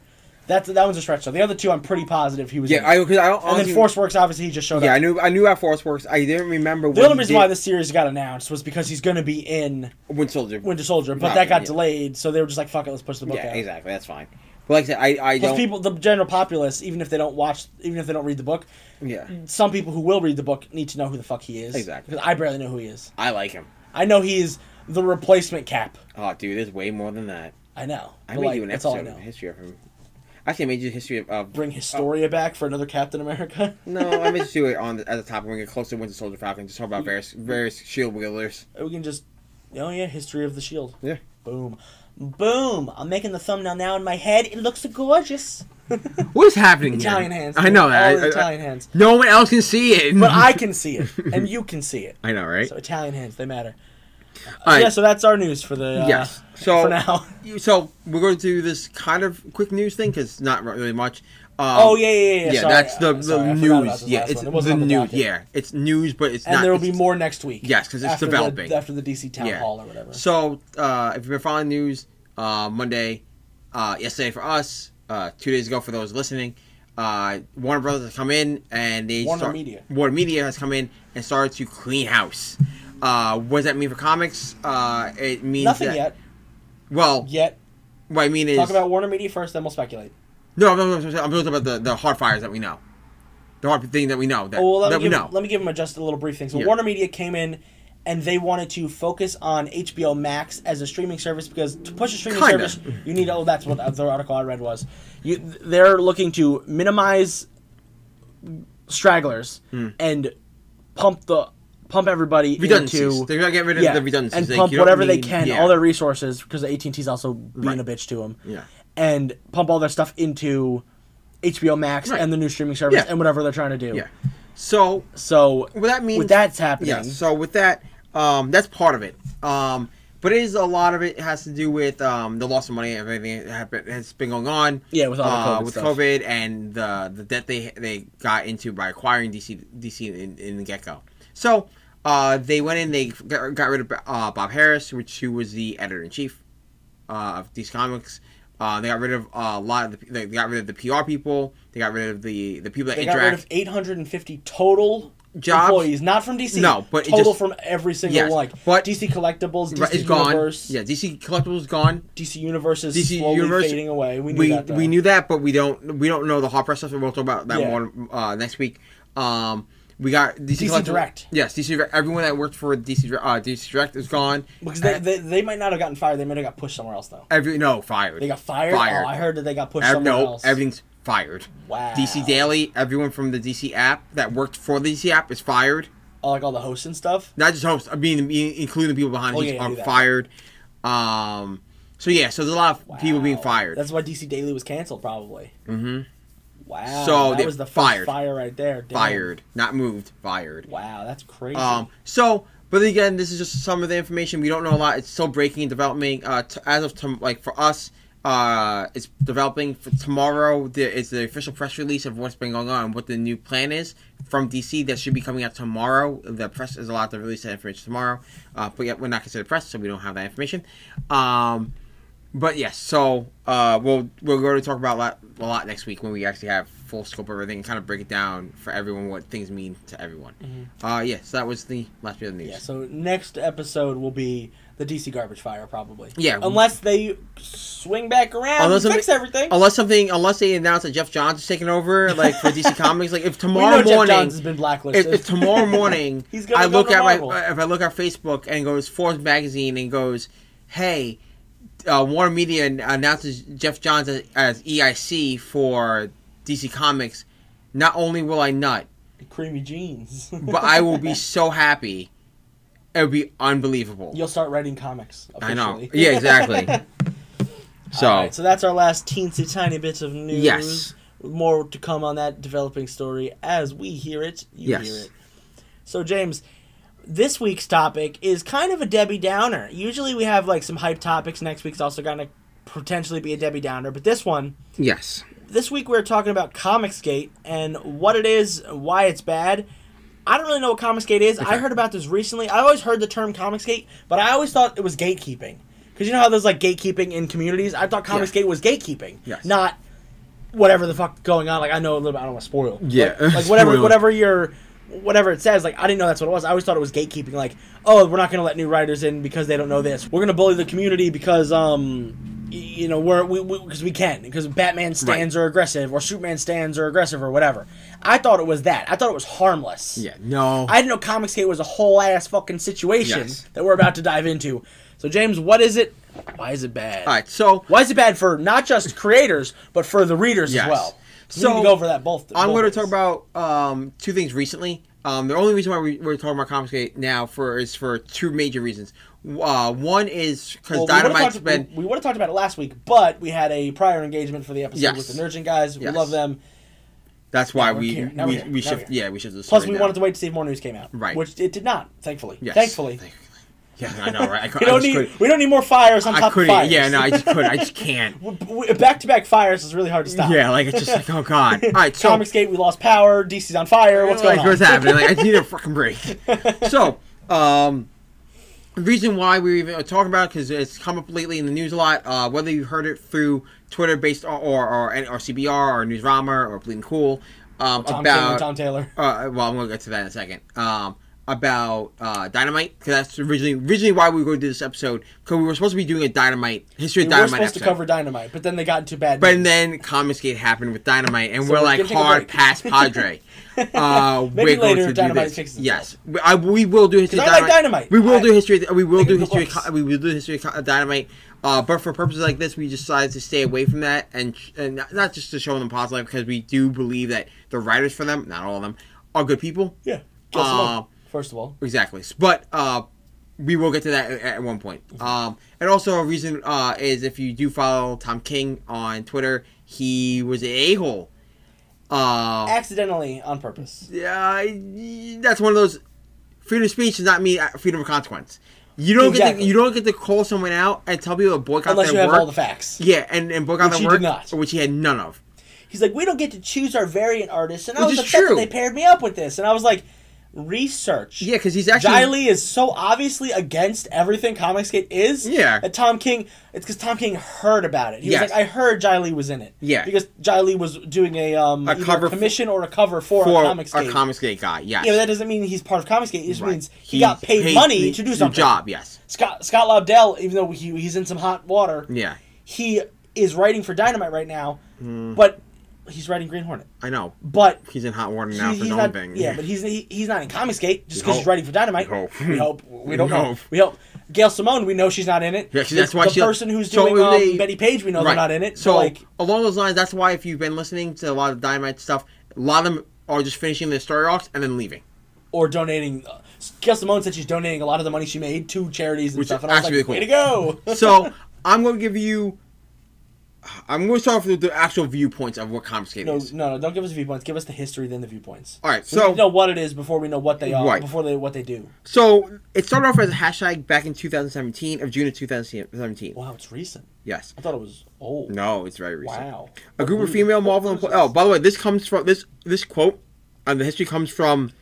That's that one's a stretch. So the other two, I'm pretty positive he was. in. Yeah, I, cause I don't, and then honestly, Force Works obviously he just showed Yeah, I up. knew I knew about Force Works. I didn't remember The when only he reason did- why this series got announced was because he's going to be in Winter Soldier. Winter Soldier, but Right, that got yeah. delayed, so they were just like, "Fuck it, let's push the book yeah, out." exactly. That's fine. But like I said, I, I Plus, don't. people, the general populace, even if they don't watch, even if they don't read the book, yeah, some people who will read the book need to know who the fuck he is. Exactly. Because I barely know who he is. I like him. I know he is the replacement cap. Oh, dude, there's way more than that. I know. I But, made like, you an that's all I episode Oh. of know. history of him. Actually, I made you a history of. of Bring Historia back for another Captain America. [laughs] no, I made you do it on the, at the top when we get close to Winter Soldier Falcon. Just talk about various various shield wielders. we can just. Oh yeah, history of the shield. Yeah. Boom, boom. I'm making the thumbnail now in my head. It looks gorgeous. What is happening? Italian hands. Mm. I know that. All the I- I- Italian hands. No one else can see it. But I can see it, and you can see it. [laughs] I know, right? So Italian hands, they matter. All right. Yeah. So that's our news for the. Uh, Yes. So- um, for now. You- So we're going to do this kind of quick news thing because not really much. [laughs] Um, Oh yeah, yeah, yeah. yeah. sorry, that's the, I'm sorry, the I forgot about news. this Yeah, last it's one. It wasn't the on news. docket. yeah, it's news, but it's And not. there will be it's- more next week. Yes, 'cause it's after the- developing. after the DC town Yeah. hall or whatever. So uh, if you've been following news, uh, Monday, uh, yesterday for us, uh, two days ago for those listening, uh, Warner Brothers has come in and they Warner start- Media. Warner Media has come in and started to clean house. Uh, what does that mean for comics? Uh, it means Nothing that- yet. Well, Yet. what I mean is Talk about Warner Media first, then we'll speculate. No, no, no, no, I'm talking about the, the hard fires that we know. The hard thing that we know. That, Oh, well, let, that me we give, know. let me give them a, just a little brief thing. So Yeah. Warner Media came in and they wanted to focus on HBO Max as a streaming service because to push a streaming Kinda. service, you need. Oh, that's what the article I read was. You, they're looking to minimize stragglers Hmm. and pump the pump everybody redundancies. into They're going to get rid of yeah, the redundancies. and Like, pump you don't whatever they need- can, yeah. all their resources, because AT and T's also being Right. a bitch to them. Yeah. And pump all their stuff into HBO Max Right. and the new streaming service Yeah. and whatever they're trying to do. Yeah. So, So what that means. with that's happening, Yeah, so with that, um, that's part of it. Um, but it is a lot of it has to do with um, the loss of money and everything that happened, has been going on. Yeah, with all the uh, COVID with stuff. COVID and the the debt they they got into by acquiring DC DC in, in the get go. So uh, they went in, they got, got rid of uh, Bob Harris, which who was the editor in chief uh, of DC Comics. Uh, they got rid of a lot of the, they got rid of the PR people. They got rid of the the people that they got interact. rid of 850 total Jobs? employees, not from DC. No, but it total just- from every single Yes, like but- DC collectibles, DC Right, it's gone. Universe, Yeah, DC Collectibles is gone. DC Universe is DC slowly Universe- fading away. We knew we that. though. we knew that, but we don't we don't know the hard process. We'll talk about that Yeah. more uh, next week. Um, we got DC, DC Collectibles- Direct. Yes, DC Direct. Everyone that worked for DC Dir- uh, DC Direct is gone. because they, Uh, they, they might not have gotten fired. They might have got pushed somewhere else though. every no fired. They got fired. Fired. Oh, I heard that they got pushed Ev- somewhere no, else. everything's fired. Wow. DC Daily. Everyone from the DC app that worked for the DC app is fired. Oh, like all the hosts and stuff. Not just hosts. I mean, mean- including the people behind Oh, the yeah, are do that. fired. Um. So yeah, so there's a lot of people being Wow. fired. That's why DC Daily was canceled, probably. Mm-hmm. Wow. So that they was the first fired. fire right there. Damn. fired, not moved. Fired. Wow, that's crazy. Um, so, but again, this is just some of the information. We don't know a lot. It's still breaking and developing. Uh, t- as of tom like for us, uh, it's developing for tomorrow. There is the official press release of what's been going on, and what the new plan is from DC that should be coming out tomorrow. The press is allowed to release that information tomorrow, uh, but yet we're not considered press, so we don't have that information. Um, but yes, so uh, we'll we're going to talk about a lot, a lot next week when we actually have full scope of everything and kind of break it down for everyone what things mean to everyone. Mm-hmm. Uh, yeah, so that was the last bit of news. Yeah, so next episode will be the DC garbage fire, probably. Yeah. Unless they swing back around Unless and something- fix everything. Unless something, unless they announce that Jeff Johns is taking over, like [laughs] for DC Comics, like if we tomorrow know Jeff morning, Johns has been if, blacklisted. if [laughs] tomorrow morning He's gonna I go look to at my Marvel. if I look at Facebook and goes Forbes magazine and goes, hey, uh, Warner Media announces Jeff Johns as, as EIC for DC Comics, not only will I nut, Creamy jeans. [laughs] but I will be so happy. It would be unbelievable. You'll start writing comics. I Officially. know. Yeah, exactly. [laughs] so, All right, so that's our last teensy tiny bits of news. Yes. More to come on that developing story as we hear it, you Yes. hear it. So, James, this week's topic is kind of a Debbie Downer. Usually we have like some hype topics. Next week's also going to potentially be a Debbie Downer, but this one, yes. this week we're talking about Comicsgate and what it is, why it's bad. I don't really know what Comicsgate is. I heard about this recently. I always heard the term Comicsgate, but I always thought it was gatekeeping. Because you know how there's like gatekeeping in communities? I thought Comicsgate was gatekeeping, Yes. not whatever the fuck going on. Like I know a little bit. I don't want to spoil. Yeah. Like, [laughs] like, whatever, Spoil. whatever your, whatever it says. Like I didn't know that's what it was. I always thought it was gatekeeping. Like oh, we're not gonna let new writers in because they don't know this. We're gonna bully the community because um, y- you know, we're, we because we, can because Batman stands are aggressive or Superman stands are aggressive or whatever. I thought it was that. I thought it was harmless. Yeah. No. I didn't know Comicsgate was a whole ass fucking situation Yes. that we're about to dive into. So James, what is it? Why is it bad? All right. So Why is it bad for not just creators but for the readers Yes. as well? So So, we need to go over that both. I'm both going to ways. talk about um, two things recently. Um, the only reason why we, we're talking about Confiscate now for is for two major reasons. Uh, one is because Well, we would've Dynamite's talked- been We, would have talked about it last week, but we had a prior engagement for the episode Yes. with the Nurgent guys. We Yes. love them. That's why we're we here. Now we, we're here. we Now shift. we're here. Yeah, we shift the Plus, story we now. wanted to wait to see if more news came out, Right. Which it did not, thankfully. Yes. Thankfully, Thank- [laughs] Yeah, I know, [laughs] right? I, cou- we I don't just need couldn't- we don't need more fires on I top of couldn't. fires. Yeah, no, I just couldn't. I just can't. [laughs] back to back fires is really hard to stop. Yeah, like it's just like [laughs] oh god. All right, so Comicsgate, we lost power. DC's on fire. What's like going what's on? happening? Like I just need a fucking break. [laughs] So, um, the reason why we even are talking about it because it's come up lately in the news a lot. Uh, whether you heard it through Twitter based on, or or or CBR or Newsrama or Bleeding Cool um, Tom Taylor. about Tom Taylor. uh, well, I'm gonna get to that in a second. Um, about uh, dynamite because that's originally originally why we were going to do this episode because we were supposed to be doing a dynamite history of We were dynamite supposed episode. to cover Dynamite, but then they got into bad. but news. then Comiskate happened with Dynamite, and So we're we're like giving a hard break. [laughs] past Padre. Uh, Maybe we're going later to Dynamite do this. fixes Yes, we, I, we will do history. 'Cause Of I like dynamite. Dynamite. We will I- do history. of- We will Making do good history. Of, books. co- we will do history of co- Dynamite. Uh, but for purposes like this, we decided to stay away from that, and and not- not just to show them positive, because we do believe that the writers for them, not all of them, are good people. yeah, Kill Simone, uh, first of all, Exactly. S- But uh, we will get to that a- at one point. Mm-hmm. Um, and also a reason uh, is if you do follow Tom King on Twitter, he was a a-hole. Uh, accidentally on purpose. yeah, y- that's one of those. Freedom of speech does not mean uh, freedom of consequence. You don't get Exactly. to, you don't get to call someone out and tell people to boycott Unless their you have work. all the facts. yeah, and, and boycott Which he their work, did not. which he had none of. He's like, we don't get to choose our variant artists, and I Which was is upset true. that they paired me up with this. And I was like, research. Yeah, because he's actually Jai Lee is so obviously against everything Comicsgate is. Yeah. That Tom King, it's because Tom King heard about it. He Yes. was like, I heard Jai Lee was in it. Yeah. Because Jai Lee was doing a, um, A either cover a commission or a cover for, for a Comicsgate. comics gate guy. Yes. yeah, but that doesn't mean he's part of Comicsgate. It just Right. means he, got paid, money to do something. Job, yes. Scott Scott Lobdell, even though he, he's in some hot water, Yeah. he is writing for Dynamite right now, Mm. but he's writing Green Hornet. I know. But He's in hot water he- now he's for no not, thing. yeah, but he's he, he's not in Comicsgate just We because he's hope. writing for Dynamite. We hope. we [laughs] hope. We don't We know. hope. We hope. Gail Simone, we know she's not in it. Yeah, 'cause The- that's why the she- person who's so doing if um, they- Betty Page, [laughs] we know they're not in it. So, So, like, along those lines, that's why if you've been listening to a lot of Dynamite stuff, a lot of them are just finishing their story arcs and then [laughs] leaving. or donating. Uh, Gail Simone said she's donating a lot of the money she made to charities and Which stuff. is And I was like, actually way really to go. [laughs] So I'm going to give you. I'm going to start off with the actual viewpoints of what [laughs] confiscating No, is. no, no! Don't give us the viewpoints. Give us the history, then the viewpoints. All right, we so- need to know what it is before we know what they are. Right. Before they what they do. So it started off as a hashtag back in 2017 of June of 2017. Wow, it's recent. Yes. I thought it was old. No, it's very recent. Wow. A group of female Marvel employees. Oh, by the way, this comes from this this quote and the history comes from.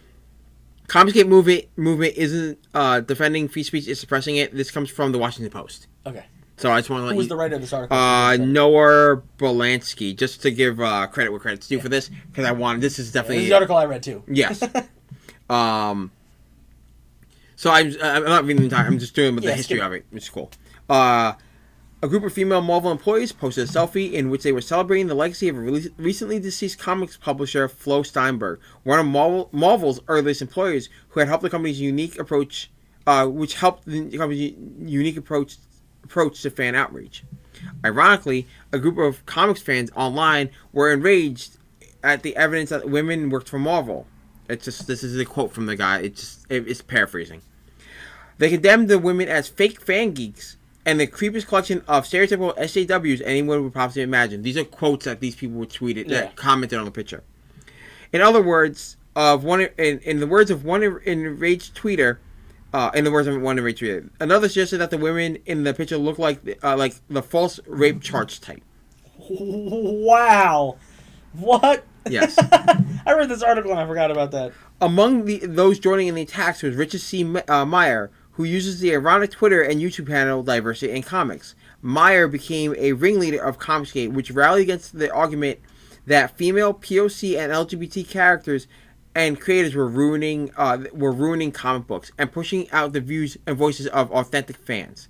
Confiscate movement movement isn't uh, defending free speech; it's suppressing it. This comes from the Washington Post. Okay. So I just want to let Who was you. the writer of this article? uh, Noah Bolansky, just to give uh, credit where credit's due for this, because I wanted this is this definitely is the article I read too. yes. um, so I'm I'm not reading the entire. I'm just doing the Yeah, history skip it. of it, which is cool. Uh, a group of female Marvel employees posted a selfie in which they were celebrating the legacy of a rele- recently deceased comics publisher Flo Steinberg, one of Marvel, Marvel's earliest employees who had helped the company's unique approach, uh, which helped the company's unique approach approach to fan outreach. Ironically, a group of comics fans online were enraged at the evidence that women worked for Marvel. It's just this is a quote from the guy. It's just it, it's paraphrasing. They condemned the women as fake fan geeks and the creepiest collection of stereotypical SJWs anyone would possibly imagine. These are quotes that these people were tweeted Yeah. that commented on the picture. In other words, of one in, in the words of one enraged tweeter, uh, in the words of one enraged tweeter, another suggested that the women in the picture look like uh, like the false rape charge type. Wow. What? [laughs] Yes. I read this article and I forgot about that. Among the, those joining in the attacks was Richard C. Me- uh, Meyer, who uses the ironic Twitter and YouTube handle Diversity in Comics. Meyer became a ringleader of Comicsgate, which rallied against the argument that female POC and LGBT characters and creators were ruining uh, were ruining comic books and pushing out the views and voices of authentic fans.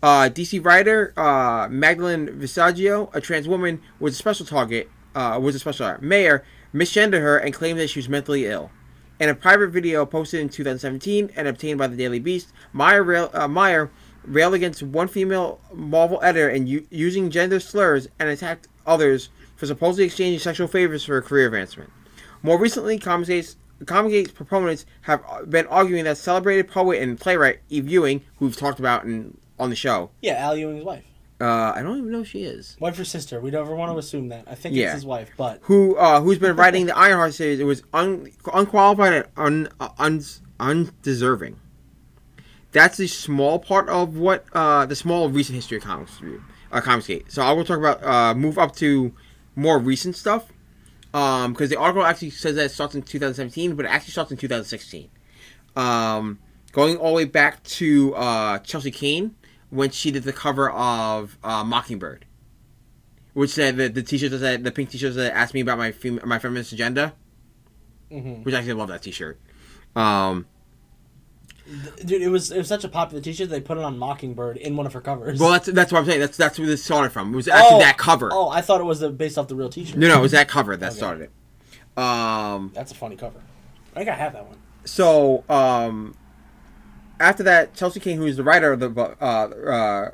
Uh, DC writer uh, Magdalene Visaggio, a trans woman, was a special target. Uh, was a special uh, mayor misgendered her and claimed that she was mentally ill. In a private video posted in 2017 and obtained by the Daily Beast, Meyer, rail, uh, Meyer railed against one female Marvel editor and u- using gender slurs and attacked others for supposedly exchanging sexual favors for career advancement. More recently, Comic Gate's- Comic Gate's proponents have been arguing that celebrated poet and playwright Eve Ewing, who we've talked about in, on the show, Yeah, Al Ewing's wife. uh, I don't even know if she is, Wife or sister. We never want to assume that. I think Yeah. it's his wife, but who uh, who's been writing the Ironheart series, it was un- unqualified and un- un- undeserving. That's the small part of what uh, the small recent history of comics, uh, comics gate. So I will talk about uh, move up to more recent stuff because the article actually says that it starts in 2017, but it actually starts in 2016. Um, going all the way back to uh, Chelsea Kane when she did the cover of uh, Mockingbird, which said that the t-shirt that said, the pink t-shirt that asked me about my fem- my feminist agenda, Mhm. which I actually love that t-shirt. Um, dude, it was it was such a popular T-shirt they put it on Mockingbird in one of her covers. [laughs] well, that's that's what I'm saying. That's that's where this started from. It was actually Oh, that cover. Oh, I thought it was the, based off the real T-shirt. No, no, it was that cover that Okay. started it. Um, That's a funny cover. I think I have that one. so um, after that, Chelsea King, who's the writer of the book, uh, uh,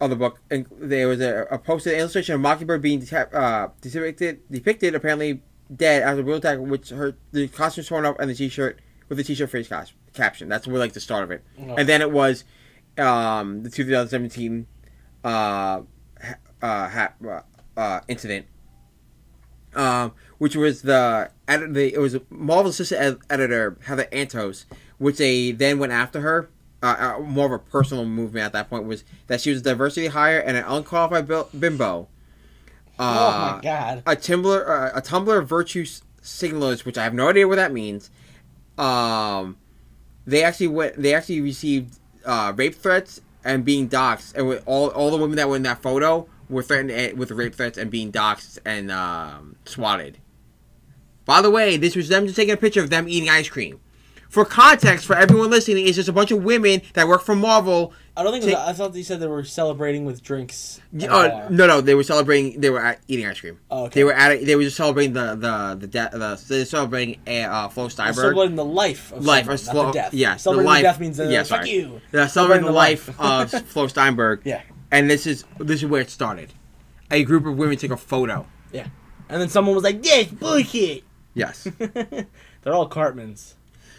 of the book, and there was a, a posted illustration of Mockingbird being deta- uh, depicted, depicted apparently dead after a real attack, which her the costume torn up and the t-shirt with the t-shirt face cas- caption. That's where like the start of it, Oh. and then it was um, the 2017 uh, ha- uh, ha- uh, uh, incident um, which was the, edit- the it was Marvel's assistant ed- editor Heather Antos, which they then went after her. Uh, uh, more of a personal movement at that point was that she was a diversity hire and an unqualified bil- bimbo. Uh, oh my god. A Tumblr, uh, a Tumblr virtue s- signalers, which I have no idea what that means. Um, they actually went. They actually received uh, rape threats and being doxxed, and with all all the women that were in that photo were threatened eh, with rape threats and being doxxed and um, swatted. By the way, this was them just taking a picture of them eating ice cream. For context, for everyone listening, it's just a bunch of women that work for Marvel I don't think it was, take- I thought they said they were celebrating with drinks. at a Uh, bar. no, no, they were celebrating. They were at, eating ice cream. Oh, okay. They were at. it- They were just celebrating the the the death. The, they were celebrating a uh, Flo They're Steinberg. celebrating the life of Life, someone, or not slow- the death. yeah, the celebrating life- death means uh, yeah, fuck sorry. you. They're celebrating the life of [laughs] Flo Steinberg. Yeah. And this is this is where it started. A group of women took a photo. Yeah, and then someone was like, "This bullshit." [laughs] Yes. They're all Cartmans.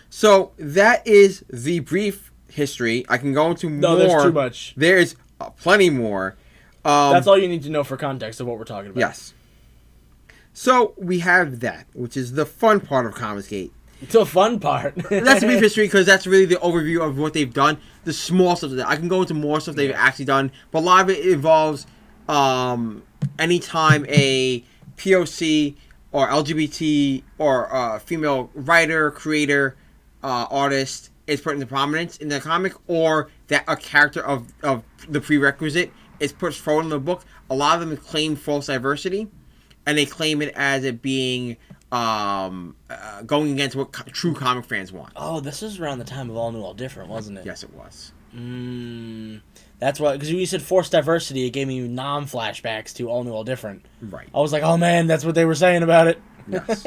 so that is the brief history. I can go into No, more. there's too much. There is uh, plenty more. Um, That's all you need to know for context of what we're talking about. Yes. So we have that, which is the fun part of Comics Gate. it's the fun part. [laughs] [laughs] that's a brief history because that's really the overview of what they've done. The small stuff that I can go into more stuff they've actually done, but a lot of it involves um, anytime a POC or LGBT or uh, female writer, creator, uh, artist is put into prominence in the comic, or that a character of, of the prerequisite is put forward in the book. A lot of them claim false diversity and they claim it as it being um, uh, going against what co- true comic fans want. Oh, this was around the time of All New, All Different, wasn't it? Yes, it was. Mm, that's why, because you said forced diversity, it gave me non flashbacks to All New, All Different. Right. I was like, oh man, that's what they were saying about it. Yes.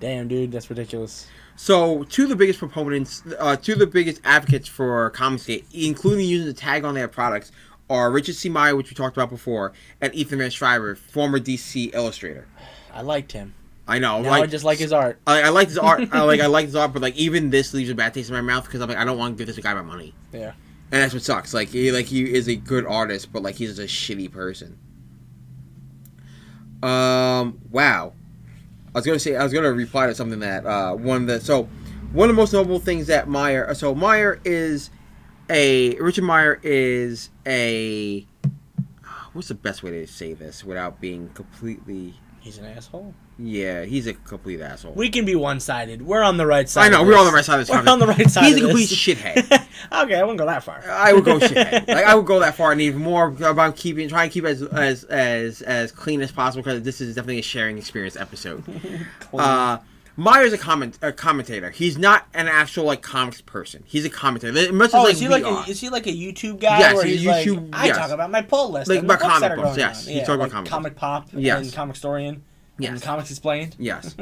Damn, dude, that's ridiculous. so, two of the biggest proponents, uh, two of the biggest advocates for Comicsgate, including using the tag on their products, are Richard C. Meyer, which we talked about before, and Ethan Van Schreiber, former DC illustrator. I liked him. I know. Now I just like his art. I, I like his art. I like. I like his art, but like even this leaves a bad taste in my mouth because I'm like I don't want to give this guy my money. Yeah. And that's what sucks. Like he like he is a good artist, but like he's just a shitty person. Um wow. I was gonna say I was gonna reply to something that uh one of the so one of the most notable things that Meyer so Meyer is a Richard Meyer is a what's the best way to say this without being completely He's an asshole. yeah, he's a complete asshole. We can be one sided. We're on the right side. I know, of we're on this. the right side of this [laughs] We're on the right side He's a of complete this. shithead. [laughs] okay, I wouldn't go that far. [laughs] I would go shithead. Like I would go that far and even more about keeping trying to keep as as [laughs] as as clean as possible because this is definitely a sharing experience episode. Clean. Uh, Meyer's a comment a commentator. He's not an actual like comics person. He's a commentator. Much as Oh, like is he we like are. a, is he like a YouTube guy Yes, where he's he's, a YouTube- like I yes. talk about my pull list, Like and the about books that comic are books, going yes. on. He's yeah, talking about like comic pop Yes. and comic historian, Yes. and comics explained. [laughs] yes.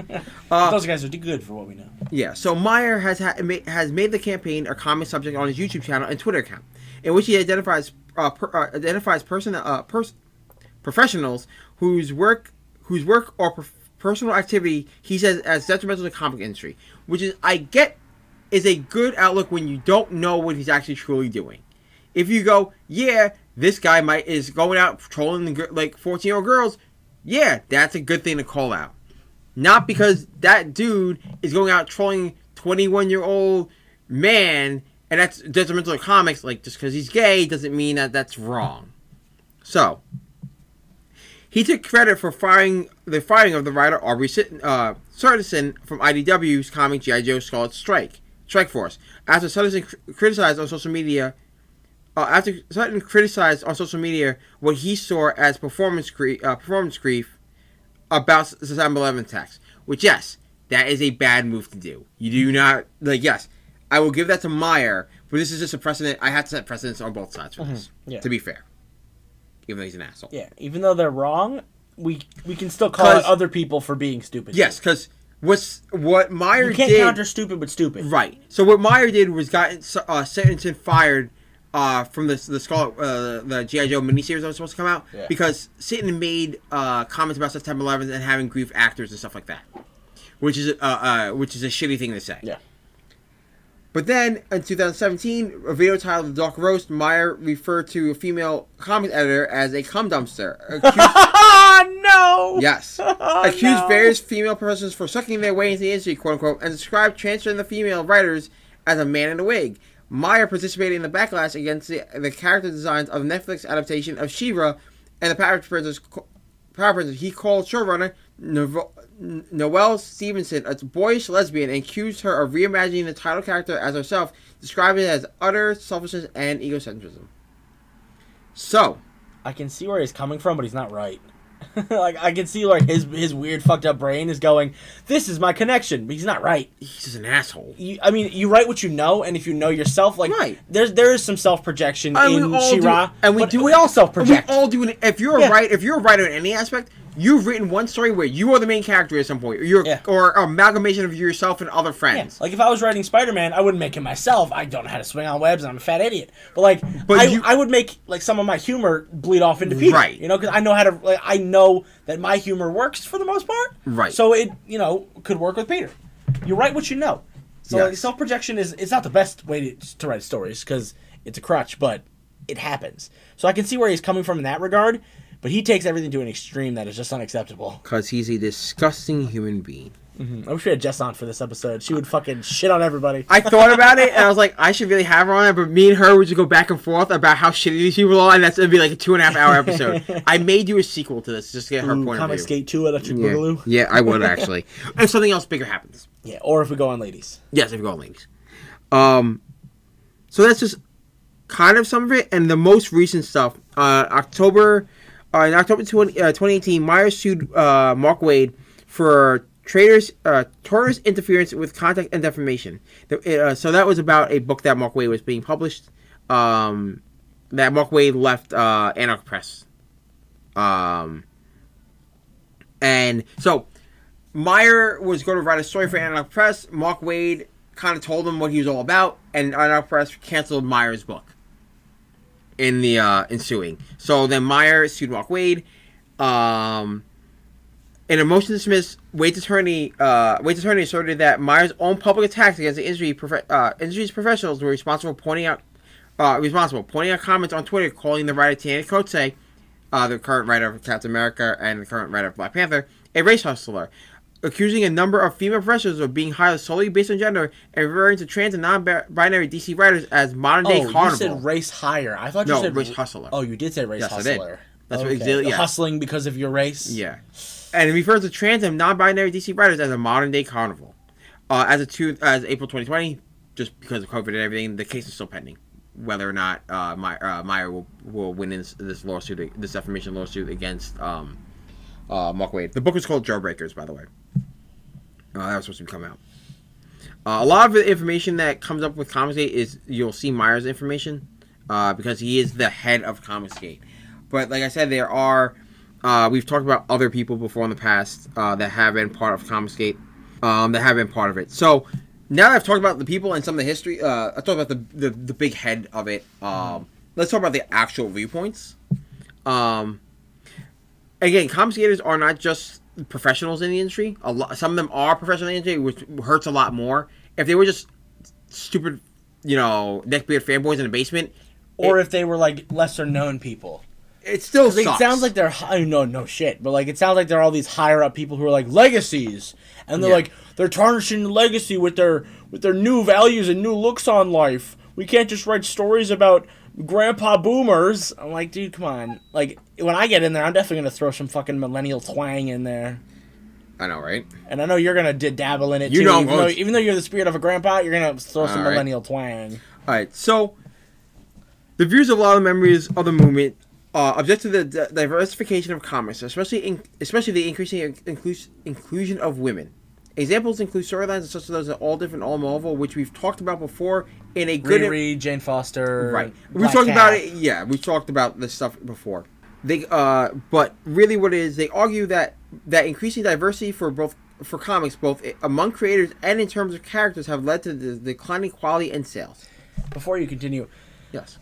Uh, Those guys are good for what we know. yeah. So Meyer has ha- ma- has made the campaign a common subject on his YouTube channel and Twitter account, in which he identifies uh, per, uh, identifies person uh, pers- professionals whose work whose work or per- personal activity he says as detrimental to the comic industry, which is I get is a good outlook when you don't know what he's actually truly doing. If you go, yeah, this guy might is going out trolling the, gir- like fourteen year old girls, yeah, that's a good thing to call out. Not because that dude is going out trolling twenty one year old man, and that's detrimental to comics. Like just because he's gay doesn't mean that that's wrong. So he took credit for firing the firing of the writer Aubrey Sit- uh, Sardison from IDW's comic G.I. Joe Scarlet Strike, Strike Force, after Sardison cr- criticized on social media. Uh, after Sutton criticized on social media what he saw as performance grief, uh, performance grief about s- September 11th attacks, which yes, that is a bad move to do. You do not like yes, I will give that to Meyer, but this is just a precedent. I have to set precedents on both sides for this. yeah. To be fair, even though he's an asshole. Yeah, even though they're wrong, we we can still call 'Cause- out other people for being stupid. Yes, because what's what Meyer you can't did counter stupid with stupid. right. So what Meyer did was got uh, Sentinton fired uh, from the the Scarlet, uh, the GI Joe miniseries that was supposed to come out Yeah. because Satan made uh, comments about September 11th and having grief actors and stuff like that, which is uh, uh, which is a shitty thing to say. Yeah. But then in 2017, a video titled "The Dark Roast," Meyer referred to a female comic editor as a cum dumpster. accused- Ah no. Yes. [laughs] Oh, Accused no. various female professionals for sucking their way into the industry, quote unquote, and described transferring the female writers as a man in a wig. Meyer participated in the backlash against the, the character designs of Netflix adaptation of She-Ra and the Power Princess. Power Princess. He called showrunner Novo- N- Noelle Stevenson a boyish lesbian and accused her of reimagining the title character as herself, describing it as utter selfishness and egocentrism. So, I can see where he's coming from, but he's not right. [laughs] like I can see like his his weird fucked up brain is going. This is my connection, but he's not right. he's just an asshole. You, I mean, you write what you know, and if you know yourself, like Right. there's there is some self projection And we in all do- Shira, and we but do- we all self We project. all do. it. If you're Yeah. a writer, if you're a writer in any aspect, you've written one story where you are the main character at some point, or you're Yeah. or amalgamation of yourself and other friends. Like if I was writing Spider Man, I wouldn't make him myself. I don't know how to swing on webs, and I'm a fat idiot. But like, But I, you- I would make like some of my humor bleed off into Peter. Right. You know, because I know how to. Like, I know that my humor works for the most part. Right. So it you know could work with Peter. You write what you know. So like, Yes. self projection is it's not the best way to, to write stories because it's a crutch, but it happens. So I can see where he's coming from in that regard. But he takes everything to an extreme that is just unacceptable. [laughs] Because he's a disgusting human being. I wish we had Jess on for this episode. She would fucking shit on everybody. I thought about it and I was like, I should really have her on it, but me and her would just go back and forth about how shitty these people are, and that's gonna be like a two and a half [laughs] hour episode. I may do a sequel to this just to get her Ooh, point of Mm, Comic view. Skate 2 Electric Yeah. Boogaloo. yeah, I would actually. [laughs] if something else bigger happens. Yeah, or if we go on ladies. Yes, if you go on links. Um, so that's just kind of some of it, and the most recent stuff. Uh, October, uh, in October 20, uh, 2018, Myers sued uh, Mark Wade for traders, uh, torturous interference with contact and defamation. The, uh, so that was about a book that Mark Wade was being published. Um, that Mark Wade left uh, Anarch Press. Um, and so Meyer was going to write a story for Anarch Press. Mark Wade kind of told him what he was all about, and Anarch Press canceled Meyer's book in the uh, ensuing. So then Meyer sued Mark Wade. Um, in a motion to dismiss, Wade's attorney, uh, Wade's attorney asserted that Meyer's own public attacks against the industry prof- uh, industry's professionals were responsible for pointing out uh, responsible pointing out comments on Twitter calling the writer Tiana Cote, uh, the current writer of Captain America and the current writer of Black Panther, a race hustler, accusing a number of female professionals of being hired solely based on gender and referring to trans and non-binary DC writers as modern-day oh, carnival. you said race higher. I thought No, you said race hustler. Oh, you did say race Yes, I hustler. did. That's what okay. exa- The yeah. Hustling because of your race. Yeah. And it refers to trans and non-binary DC writers as a modern-day carnival. Uh, as of two, as April 2020, just because of COVID and everything, the case is still pending. Whether or not uh, My, uh, Meyer will, will win this, this lawsuit, this defamation lawsuit against um, uh, Mark Wade. The book is called Jawbreakers, by the way. Uh, that was supposed to come out. Uh, a lot of the information that comes up with Comicsgate is you'll see Myers' information uh, because he is the head of Comicsgate. But like I said, there are uh, we've talked about other people before in the past uh, that have been part of Comicsgate, um, that have been part of it. So now that I've talked about the people and some of the history, uh, I talked about the, the the big head of it. Um, let's talk about the actual viewpoints. Um, again, commentators are not just professionals in the industry. A lot, some of them are professional in the industry, which hurts a lot more. If they were just stupid, you know, neckbeard fanboys in the basement, Or if they were like lesser known people. it still 'Cause sucks. It sounds like they're hi- no no shit, but like it sounds like they're all these higher up people who are like legacies, and they're Yeah. like they're tarnishing the legacy with their with their new values and new looks on life. We can't just write stories about grandpa boomers. I'm like, dude, come on. Like when I get in there, I'm definitely gonna throw some fucking millennial twang in there, I know, right? and I know you're gonna d- dabble in it. You too, know I'm even going though, to. even though you're the spirit of a grandpa, you're gonna throw some All right. millennial twang. All right, so the views of a lot of memories of the movement uh, object to the d- diversification of comics, especially in, especially the increasing inclus- inclusion of women. Examples include storylines such as those of all different, all Marvel, which we've talked about before in a good Riri, Jane Foster, right. We Black talked about Cat. it. Yeah, we talked about this stuff before. They, uh, but really, what it is, they argue that that increasing diversity for both for comics, both among creators and in terms of characters, have led to the declining quality and sales. Before you continue, Yes,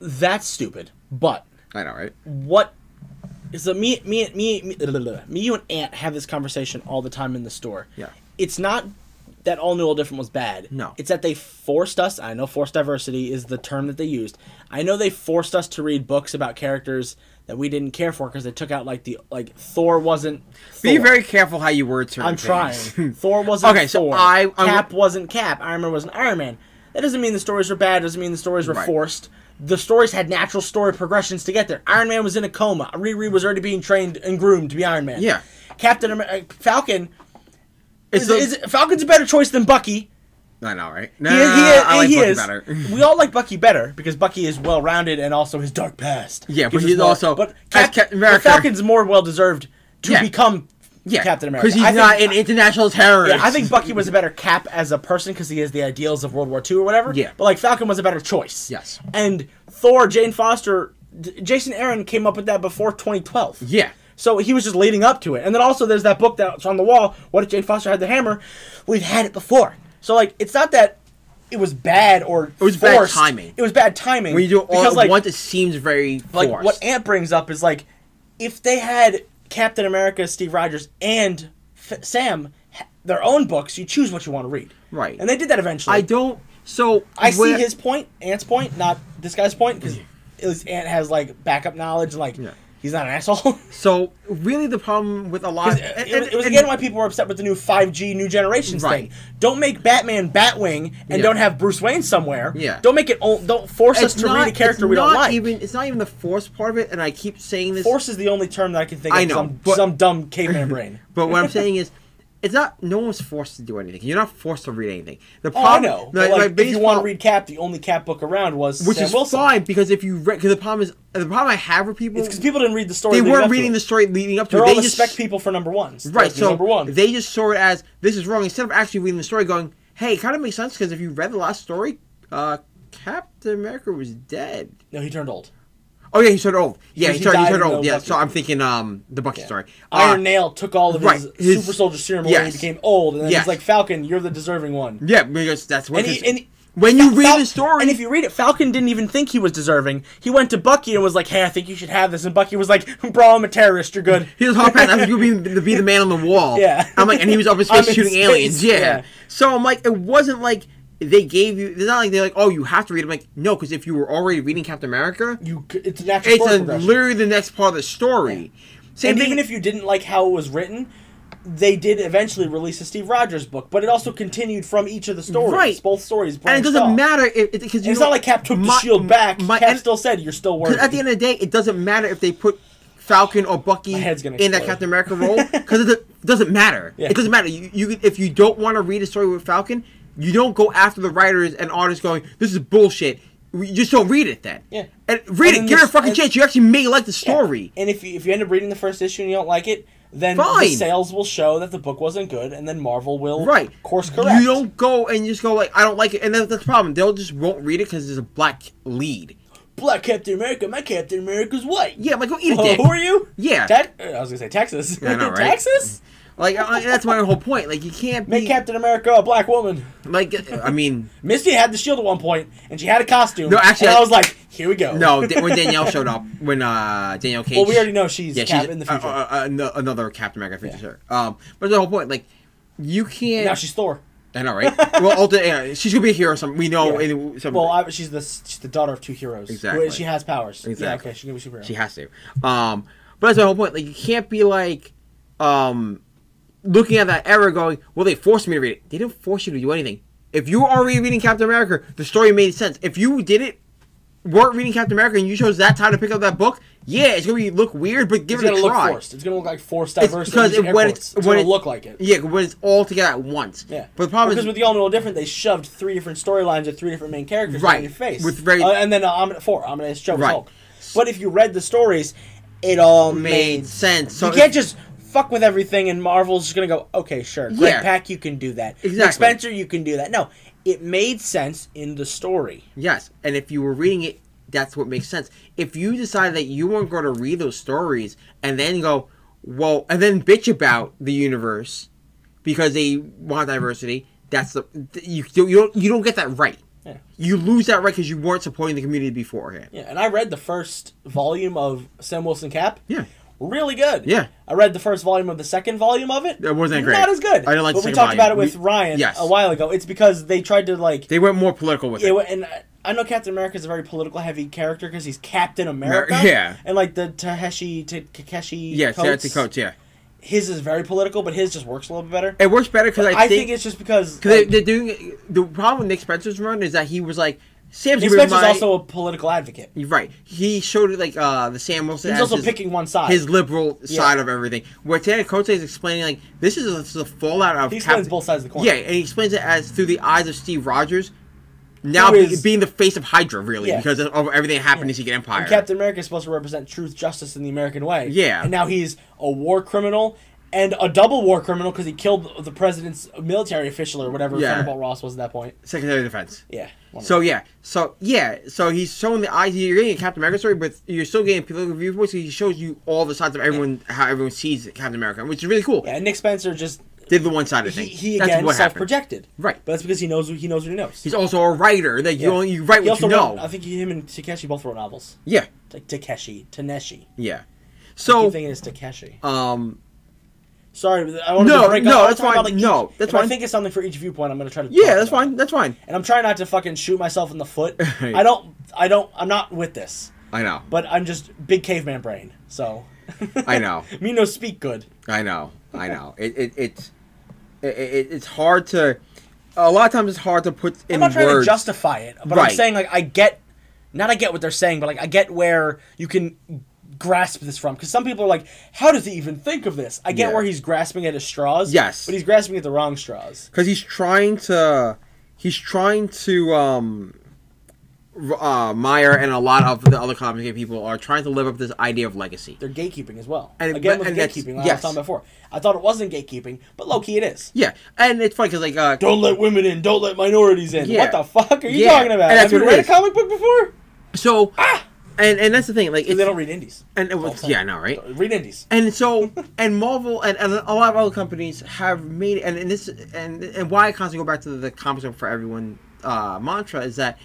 that's stupid. But I know, right? what is the me me me me, me you and aunt have this conversation all the time in the store Yeah. it's not that all new all different was bad No. it's that they forced us i know forced diversity is the term that they used i know they forced us to read books about characters that we didn't care for because they took out like the like thor wasn't Be Thor. very careful how you word certain i'm trying things. thor wasn't Okay, so Thor. I- I'm- cap wasn't cap iron man wasn't iron man that doesn't mean the stories were bad doesn't mean the stories were Right. forced the stories had natural story progressions to get there iron man was in a coma riri was already being trained and groomed to be iron man Yeah. captain America, falcon It's is, the- is- falcon's a better choice than bucky [laughs] I know, right? No, he, no, no, he, no, Ah, I like he Bucky is. better. [laughs] we all like Bucky better because Bucky is well rounded and also his dark past. Yeah, but gives us he's more- also- But, as Cap- Captain but America- Falcon's more well deserved to Yeah. become Yeah, Captain America. because he's I think- not an international terrorist. yeah, I think Bucky was a better cap as a person because he has the ideals of World War II or whatever. Yeah. But like Falcon was a better choice. Yes. And Thor, Jane Foster, D- Jason Aaron came up with that before 2012. Yeah, So he was just leading up to it. And then also there's that book that's on the wall. What if Jane Foster had the hammer? We've had it before. So like it's not that it was bad or it was bad timing. It was bad timing. when you do it all because at like once, it seems very like forced. what Ant brings up is like if they had Captain America, Steve Rogers, and F- Sam ha- their own books, you choose what you want to read. Right. And they did that eventually. I don't. So I see where- his point, Ant's point, not this guy's point, because at least Ant has like backup knowledge. and, Like Yeah. he's not an asshole. [laughs] So really, the problem with a lot. It- and- it, was- and- it was and- again why people were upset with the new 5G New Generations Right. thing. Don't make Batman Batwing and Yeah. don't have Bruce Wayne somewhere. Yeah. Don't make it. o- Don't force us it's to not- read a character it's we don't not like. Even it's not even the force part of it, and I keep saying this. force is the only term that I can think of. I know, some, but- some dumb caveman [laughs] brain. But [laughs] what I'm saying is, it's not. No one's forced to do anything. You're not forced to read anything. The Oh, I problem, know. my- But, my like, if biggest you want to problem- read Cap, the only Cap book around was which Sam is Wilson. fine because if you read, because the problem is the problem I have with people. It's because people didn't read the story. they leading up weren't to reading it. the story leading up to. They're it. all They just respect people for number ones. Right, They're number so one. they just saw it as this is wrong instead of actually reading the story, going, "Hey, it kind of makes sense because if you read the last story, uh, Captain America was dead." no, he turned old. Oh yeah, he turned old. Yeah, Because he he turned, he died turned in old. the Yeah, Bucky. so I'm thinking um the Bucky story. Iron Uh, Nail took all of his right, his- super soldier serum away and yes. he became old, and then Yes. he's like Falcon, you're the deserving one. Yeah, because that's what. And he- his- and- when you Fal- read Fal- the story, And if you read it, Falcon didn't even think he was deserving. He went to Bucky and was like, "Hey, I think you should have this." And Bucky was like, "Bro, I'm a terrorist. You're good." he was hot past. I was going to be the man on the wall. [laughs] Yeah. I'm like, and he [laughs] was up in I'm space in shooting space, aliens. Yeah. yeah. So I'm like, it wasn't like they gave you. It's not like they're like, oh, you have to read. it. I'm like, no, because if you were already reading Captain America, You, c- it's a natural it's story a, progression. literally the next part of the story. Same and thing. even if you didn't like how it was written, they did eventually release a Steve Rogers book, but it also continued from each of the stories. Mm. Right. Both stories. and it branched doesn't off. matter if because It's not like Cap took the shield back. Cap still said, "You're still worthy." Because at the end of the day, it doesn't matter if they put Falcon or Bucky head's gonna in that explode. Captain America [laughs] role because it do- doesn't matter. Yeah. It doesn't matter. You, you if you don't want to read a story with Falcon, you don't go after the writers and artists going, "This is bullshit." You just don't read it then. Yeah. And read And then it. Give it a this- fucking and- chance. You actually may like the Yeah. story. And if you, if you end up reading the first issue and you don't like it, then Fine. the sales will show that the book wasn't good, and then Marvel will Right. course correct. You don't go and just go like I don't like it, and that's that's the problem. They'll just won't read it because there's a black lead. Black Captain America. My Captain America's white. Yeah, I'm like go eat a Oh, dick. who are you? Yeah. Tex- I was gonna say Texas. I [laughs] know, right? Texas. Like I, that's my whole point. Like you can't Make be Captain America a black woman. like uh, I mean Misty had the shield at one point, and she had a costume. No, actually, and I, I- was like, here we go. no da- when Danielle showed up when uh Danielle [laughs] Cage. Well, we already know she's, yeah, Cap she's in the future. Uh, uh, uh, ano- another Captain America future. sure. Um, but the whole point like you can't. now she's Thor. I know, right? well, ulti- yeah, she's gonna be a hero. Some we know. Yeah. in- some- Well, I, she's the she's the daughter of two heroes. Who- Exactly. She has powers. Yeah, Exactly. okay, she's gonna be a superhero. She has to. Um, but that's my whole point. Like, you can't be like, um, looking at that error going, well, they forced me to read it. They didn't force you to do anything. If you were already reading Captain America, the story made sense. If you did it, weren't reading Captain America, and you chose that time to pick up that book, yeah, it's gonna be look weird, but give it's it gonna a look try. forced. It's gonna look like forced diversity. because using it- air when quotes. it's- it's when gonna it- look like it. Yeah, when it's all together at once. Yeah, But the problem because is, with the All New Different, they shoved three different storylines of three different main characters right. Right, in your face. with very- Uh, and then uh, Amin- four Amadeus Cho was Right. Hulk. But if you read the stories, it all made made. sense. So you can't just fuck with everything, and Marvel's just gonna go, okay, sure, Greg Yeah. Pack, you can do that. Nick Exactly. Spencer, you can do that. No, it made sense in the story. Yes, and if you were reading it, that's what makes sense. If you decide that you weren't going to read those stories and then go, well, and then bitch about the universe because they want diversity, that's the you you don't you don't get that right. Yeah. You lose that right because you weren't supporting the community beforehand. Yeah, and I read the first volume of Sam Wilson Cap. Yeah. Really good. Yeah. I read the first volume of the second volume of it. It wasn't great. Not as good. I didn't like But the we second talked volume. about it with We- Ryan Yes. a while ago. It's because they tried to like They went more political with Yeah, it. well, and I- I know Captain America is a very political heavy character because he's Captain America. yeah. And like the Taheshi, T- Takeshi. Yeah, Coates, that's the coach. Yeah, His is very political, but his just works a little bit better. it works better because I, think, it's just because. Because Like, they, are doing the problem with Nick Spencer's run is that he was like Sam's Nick gonna be Spencer's my- also a political advocate. You're right. He showed it like uh the Sam Wilson. He's as also his- picking one side. his liberal side of everything. Where Tana Cote is explaining like this is, this is a fallout of he explains Cap- both sides of the coin. Yeah, and he explains it as through the eyes of Steve Rogers, now Who be- is- being the face of Hydra really Yeah. because of everything that happened in Secret Empire. And Captain America is supposed to represent truth, justice, and the American way. Yeah. And now he's a war criminal and a double war criminal because he killed the president's military official or whatever Yeah. Thunderbolt Ross was at that point. Secretary of Defense. Yeah. So yeah, so yeah, so he's showing the eyes. You're getting a Captain America story, but you're still getting political viewpoints. So he shows you all the sides of everyone, how everyone sees Captain America, which is really cool. yeah, and Nick Spencer just Did the one sided he, thing. he That's again what self happened. projected. Right. But that's because he knows he knows what he knows. He's also a writer. That Yeah. you only you write He what also you know. wrote, I think him and Takeshi both wrote novels. yeah, Like Takeshi, Taneshi. yeah. Oh. So thing is Takeshi. Um. Sorry, but I wanted No, to break no, up. I was that's talking fine. About, like, No, each- that's if I fine. think it's something for each viewpoint. I'm gonna try to. Yeah, talk that's about it. fine. That's fine. And I'm trying not to fucking shoot myself in the [laughs] foot. I don't. I don't. I'm not with this. I know. But I'm just big caveman brain. So. [laughs] I know. Me no speak good. I know. I know. It, it it's it, it, it's hard to. A lot of times it's hard to put in I'm not trying words. to justify it, but I'm Right. saying like I get, not I get what they're saying, but like I get where you can grasp this from because some people are like, how does he even think of this? I get Yeah. where he's grasping at his straws. Yes. but he's grasping at the wrong straws. because he's trying to he's trying to um r- uh Meyer and a lot of the other comic people are trying to live up to this idea of legacy. They're gatekeeping as well. And- Again but- with and that's- gatekeeping, like I was yes. talking about before. I thought it wasn't gatekeeping, but low key it is. Yeah, and it's funny because like uh, Don't let women in. Don't let minorities in. Yeah. What the fuck are you Yeah. talking about? And Have that's you what it read a is. comic book before? so and and that's the thing like They it's, don't read indies. and That's it all was I'm yeah I know right saying. Read indies. And so, and Marvel and, and a lot of other companies have made, and, and this, and and why I constantly go back to the comics are for everyone uh, mantra is that,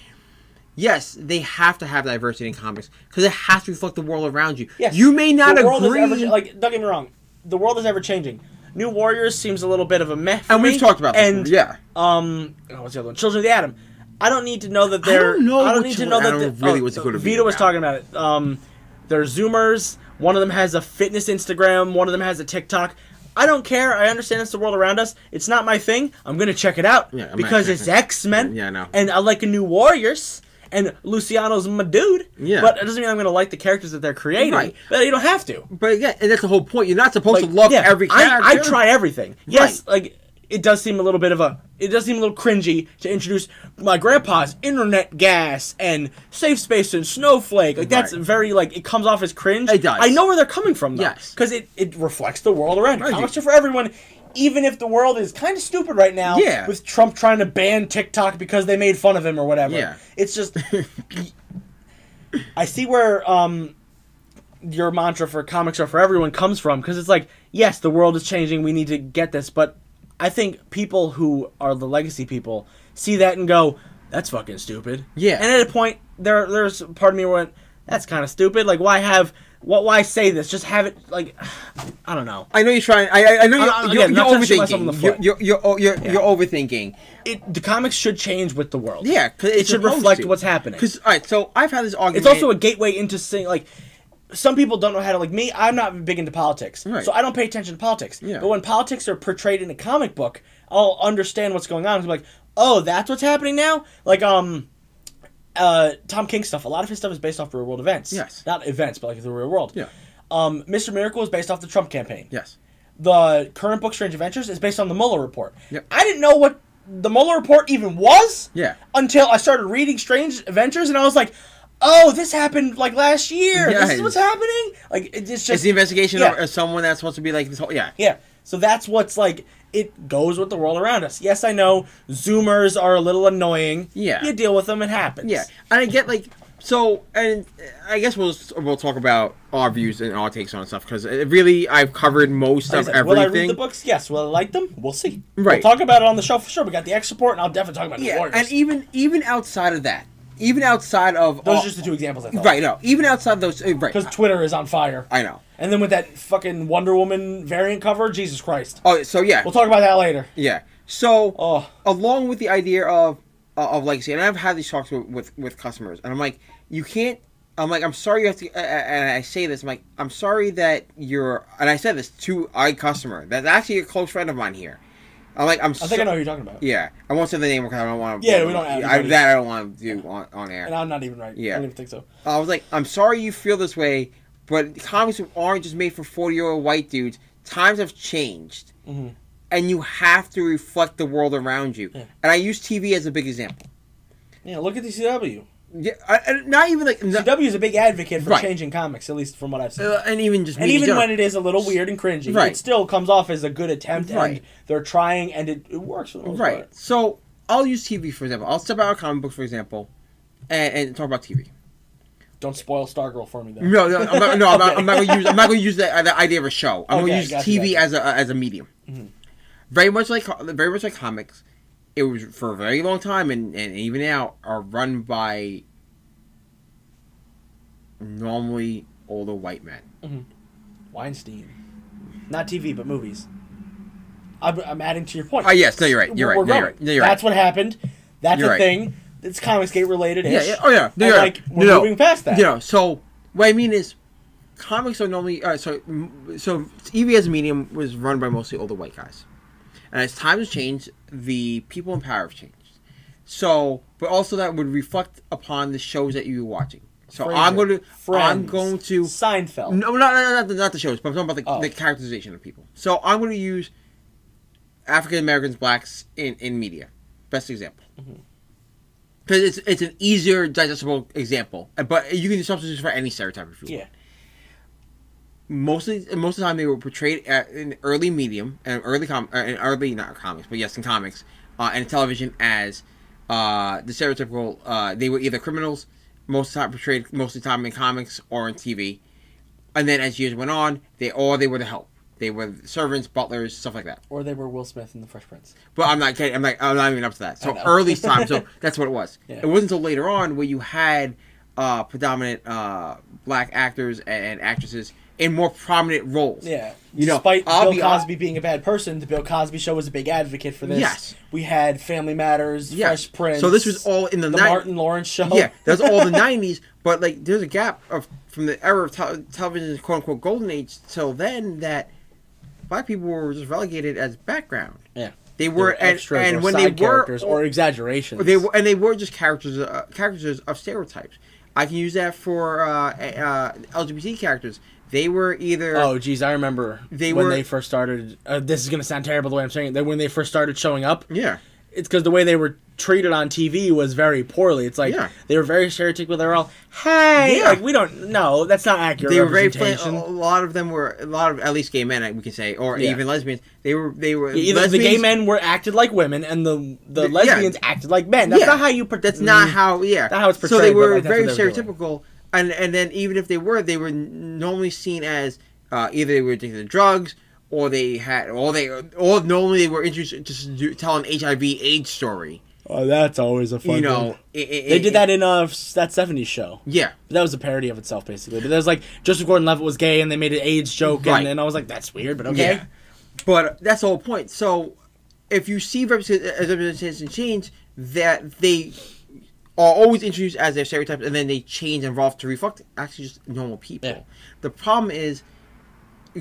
yes, they have to have diversity in comics because it has to reflect the world around you. Yes. You may not the world agree, Is ever, like, don't get me wrong. The world is ever changing. New Warriors seems a little bit of a meh. for and uh, me, we've talked about this. And yeah, um, oh, what's the other one? Children of the Atom. I don't need to know that they're. I don't don't, know which need to one- know I that. don't the- really oh, what's going to be Vito was about. talking about it. Um, they're Zoomers. One of them has a fitness Instagram. One of them has a TikTok. I don't care. I understand it's the world around us. It's not my thing. I'm gonna check it out Yeah, I'm not because checking it's it. X Men. Yeah, I know. And I like a new Warriors. And Luciano's my dude. Yeah. But it doesn't mean I'm gonna like the characters that they're creating. Right. But you don't have to. but yeah, and that's the whole point. You're not supposed Like, to love yeah, every I- character. I, try everything. Yes, like it does seem a little bit of a It does seem a little cringy to introduce my grandpa's internet gas and safe space and snowflake. Like that's Right. very like it comes off as cringe. It does. I know where they're coming from though, Yes. because it, it reflects the world around. you. Right. Comics are for everyone, even if the world is kind of stupid right now. Yeah. with Trump trying to ban TikTok because they made fun of him or whatever. Yeah. it's just [laughs] I see where um your mantra for comics are for everyone comes from because it's like yes the world is changing we need to get this but i think people who are the legacy people see that and go that's fucking stupid Yeah. and at a point there there's part of me went that's kind of stupid like why have what why say this just have it like [sighs] i don't know I know you're trying. I I- I know you're, I- you're, again, you're not trying to shoot myself in the overthinking. You're foot. you're you're, oh, you're, you're overthinking. it the comics should change with the world Yeah, 'cause it it's should supposed reflect to. what's happening 'Cause, all right, so I've had this It's argument. also a gateway into sing like some people don't know how to like me. I'm not big into politics, Right. so I don't pay attention to politics. Yeah. But when politics are portrayed in a comic book, I'll understand what's going on. I'm like, oh, that's what's happening now. Like um, uh, Tom King stuff. A lot of his stuff is based off real world events. Yes. not events, but like the real world. Yeah. Um, Mr. Miracle is based off the Trump campaign. yes. The current book, Strange Adventures, is based on the Mueller report. Yep. I didn't know what the Mueller report even was. Yeah. Until I started reading Strange Adventures, and I was like, "Oh, this happened like last year. This Yes. is what's happening." Like it- it's It's just the investigation Yeah. of of someone that's supposed to be like this whole. Yeah. yeah. So that's what's like. It goes with the world around us. Yes, I know Zoomers are a little annoying. Yeah. You deal with them. It happens. Yeah, and I get like so, and I guess we'll we'll talk about our views and our takes on stuff because really I've covered most Like I of said, will I everything. read the books? Yes. Will I like them? We'll see. Right. We'll talk about it on the show for sure. We got the X report, and I'll definitely talk about the Yeah, Warriors. and e even even outside of that, even outside of Those all- are just the two examples I thought. oh. right, no, even outside of those, uh, right? Because Twitter is on fire. I know. And then with that fucking Wonder Woman variant cover, Jesus Christ. Oh, so yeah, We'll talk about that later. yeah. So Oh. along with the idea of uh, of legacy, and I've had these talks with, with with customers, and I'm like, you can't. I'm like, I'm sorry you have to, uh, and I say this. I'm like, I'm sorry that you're, and I said this to a customer that's actually a close friend of mine here. I'm like, I'm. I think I know who you're talking about. Yeah, I won't say the name because I don't want to. Yeah, we don't have- I, that I don't want to do on, on air. And I'm not even right. Yeah. I don't even think so. I was like, I'm sorry you feel this way, but comics aren't just made for 40 year old white dudes. Times have changed. And you have to reflect the world around you. Mm-hmm. Yeah. And I use TV as a big example. Yeah, look at the CW. Yeah, I, and not even like. no- CW is a big advocate for Right. changing comics, at least from what I've seen. uh, and even just. and even when it is a little weird and cringy, Right. it still comes off as a good attempt, Right. and they're trying, and it, it works for the most Right. part. So I'll use TV for example. I'll step out of comic book for example and, and talk about TV. Don't spoil Stargirl for me, though. No, no, I'm not, no, I'm not, [laughs] I'm not gonna use. I'm not gonna use that, that idea of a show. I'm Okay, gonna use gotcha, TV gotcha. Mm-hmm. as a as a medium. Very much like co- very much like comics, it was for a very long time and, and even now are run by normally older white men. Weinstein. Not TV, but movies. I'm, I'm adding to your point. Oh yes, no, you're right. We're You're right. No, you're growing. right. No, you're That's right. what happened. That's You're a right. thing. It's Comics Gate related. Yeah, yeah. Oh yeah. No, And, you're like, right. we're no, moving past that. You know, so what I mean is, comics are normally uh, so m- so TV as a medium was run by mostly older white guys, and as times have changed, the people in power have changed. So, but also that would reflect upon the shows that you were watching. So I'm going to I'm going to Seinfeld. no, not, not, not, the- not the shows, but I'm talking about the, Oh. the characterization of people. So I'm going to use African Americans, blacks in, in media. Best example. Because it's, it's an easier, digestible example. Uh, But you can substitute for any stereotype if you Yeah. want. Mostly, most of the time, they were portrayed at, in early medium, and early com, uh, in early not comics, but yes, in comics, uh, and television as uh, the stereotypical. Uh, they were either criminals, most of the time portrayed most of the time in comics or on TV, and then as years went on, they all they were the help. They were servants, butlers, stuff like that. Or they were Will Smith in The Fresh Prince. But I'm not kidding. I'm like I'm not even up to that. So know. early time. [laughs] So that's what it was. Yeah. It wasn't until later on where you had uh, predominant uh, black actors and, and actresses in more prominent roles. Yeah. You know, Despite I'll be Bill hon- Cosby being a bad person, the Bill Cosby Show was a big advocate for this. Yes. We had Family Matters, Yeah. Fresh Prince. So this was all in the the ni- Martin Lawrence Show. [laughs] Yeah, that's [laughs] all the '90s. But like, there's a gap of from the era of tel- television's quote unquote golden age till then that black people were just relegated as background. Yeah. They were, and, extras and or when they side were characters or exaggerations. They were, and they were just characters, uh, characters of stereotypes. I can use that for uh, uh, LGBT characters. They were either Oh geez, I remember They when were- they first started. Uh, this is gonna sound terrible the way I'm saying it. That when they first started showing up, yeah, it's because the way they were treated on TV was very poorly. It's like Yeah. they were very stereotypical. They were all, "Hey, Yeah. like, we don't no, that's not accurate." they were very plain. oh, representation. A lot of them were a lot of at least gay men, we can say, or Yeah. even lesbians. They were they were Either the gay oh, lesbians- men were acted like women, and the the Yeah. lesbians acted like men. That's Yeah. not how you. per- That's not Mm. how. Yeah, Not how it's So they portrayed, but, were like, that's very what they were doing. stereotypical, and and then even if they were, they were n- normally seen as uh, either they were addicted to drugs or they had or they or normally they were interested just to do, tell an HIV AIDS story. Oh, that's always a fun. you one. know, it- it- they it- did that in uh that '70s show. Yeah, But that was a parody of itself, basically. But there's like Joseph Gordon-Levitt was gay, and they made an AIDS joke, Right. and then I was like, "That's weird," but okay. Yeah. But that's the whole point. So if you see represent- as representation change, that they are always introduced as their stereotypes and then they change and evolve to reflect actually just normal people. Yeah. The problem is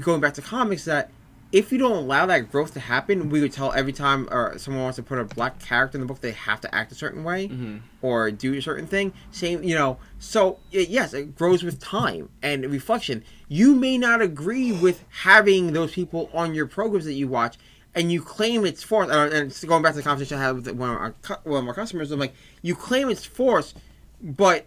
going back to comics that if you don't allow that growth to happen, we would tell every time or someone wants to put a black character in the book, they have to act a certain way Mm-hmm. or do a certain thing. Same, you know. So y- yes, it grows with time and reflection. You may not agree with having those people on your programs that you watch, and you claim it's forced. uh, And it's going back to the conversation I had with one of our cu- one of our customers, I'm like, you claim it's forced, but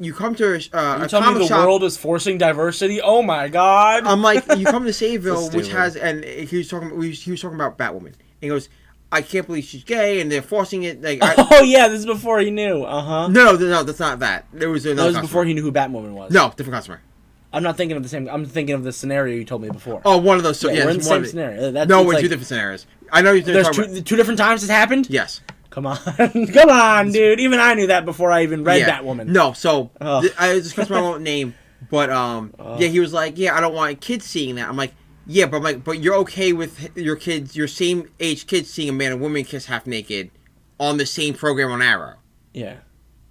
you come to a, sh- uh, You a tell me comic the shop. Um, world is forcing diversity? Oh my god! I'm like, you come to Sayville, That's which stupid. has, and he was talking, we was- he was talking about Batwoman, and he goes, I can't believe she's gay, and they're forcing it. [laughs] Like, I, [laughs] oh yeah, this is before he knew. Uh huh. no, no, no, that's not that. There was That another. was customer. before he knew who Batwoman was. No, different customer. I'm not thinking of the same. I'm thinking of the scenario you told me before. Oh, one of those. So, Yeah, yeah, we're in it's the one same of scenario. That's- no, it's we're in like- two different scenarios. I know you're There's talking about. two, two different times this happened. Yes. Come on, [laughs] come on, dude. Even I knew that before I even read yeah. Batwoman. No, so Ugh. th- I was just customer I won't name, but um, yeah, he was like, yeah, I don't want kids seeing that. I'm like, yeah, but I'm like, but you're okay with h- your kids, your same age kids seeing a man and woman kiss half naked, on the same program on Arrow. Yeah.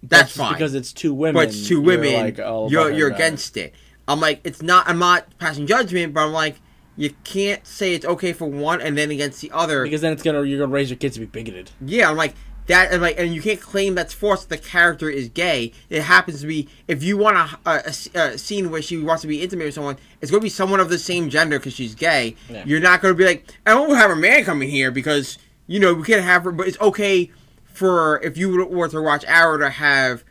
That's just fine. Because it's two women. but it's two women. You're like, oh, all you're, about that. against it. I'm like, it's not. I'm not passing judgment, but I'm like, you can't say it's okay for one and then against the other. Because then it's gonna you're gonna raise your kids to be bigoted. yeah, I'm like that. And like, and you can't claim that's forced. The character is gay. It happens to be. If you want a, a- a s- a scene where she wants to be intimate with someone, it's going to be someone of the same gender because she's gay. Yeah. You're not going to be like, I don't have a man coming here because you know we can't have her. But it's okay for if you were to watch Arrow to have.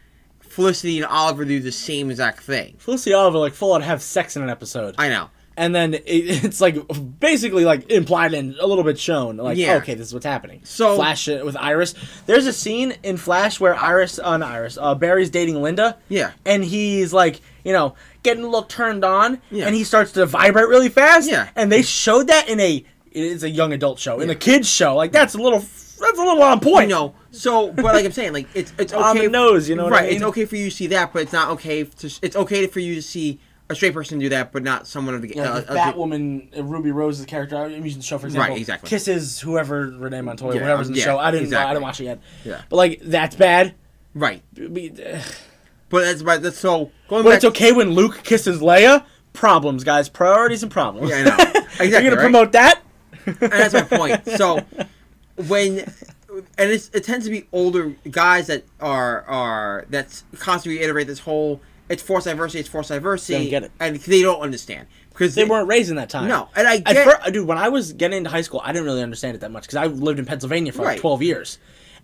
Felicity and Oliver do the same exact thing. Felicity Oliver like full on have sex in an episode, I know. and then it, [laughs] it's like basically like implied and a little bit shown. Like, Yeah. okay, this is what's happening. So- Flash uh, with Iris. There's a scene in Flash where Iris, on Iris, uh, Barry's dating Linda. Yeah. and he's like, you know, getting a little turned on, Yeah. and he starts to vibrate really fast. Yeah. and they showed that in a it's a young adult show, in a kids show. Like that's a little that's a little on You point. know, so but like I'm saying, like it's it's okay. On the nose, you know what I right? It's mean? okay for you to see that, but it's not okay to. It's okay for you to see a straight person do that, but not someone of the. Yeah, uh, like of the- if Batwoman, uh, Ruby Rose's character. I'm using the show for example. exactly. Kisses whoever Renee Montoya, Yeah, whatever's in the yeah, show. I didn't. I exactly. didn't watch it yet. Yeah. But like that's bad. right, But uh, but that's right. That's so going but back. it's okay when Luke kisses Leia. Problems, guys. Priorities and problems. [laughs] Yeah, I know. Exactly, You're gonna right? promote that. and that's [laughs] my point. So when and it's, it tends to be older guys that are are that's constantly reiterate this whole it's forced diversity, it's forced diversity, Don't get it. and they don't understand because They weren't raised in that time. No, and I At get- fir- dude, when I was getting into high school, I didn't really understand it that much because I lived in Pennsylvania for like Right. 12 years.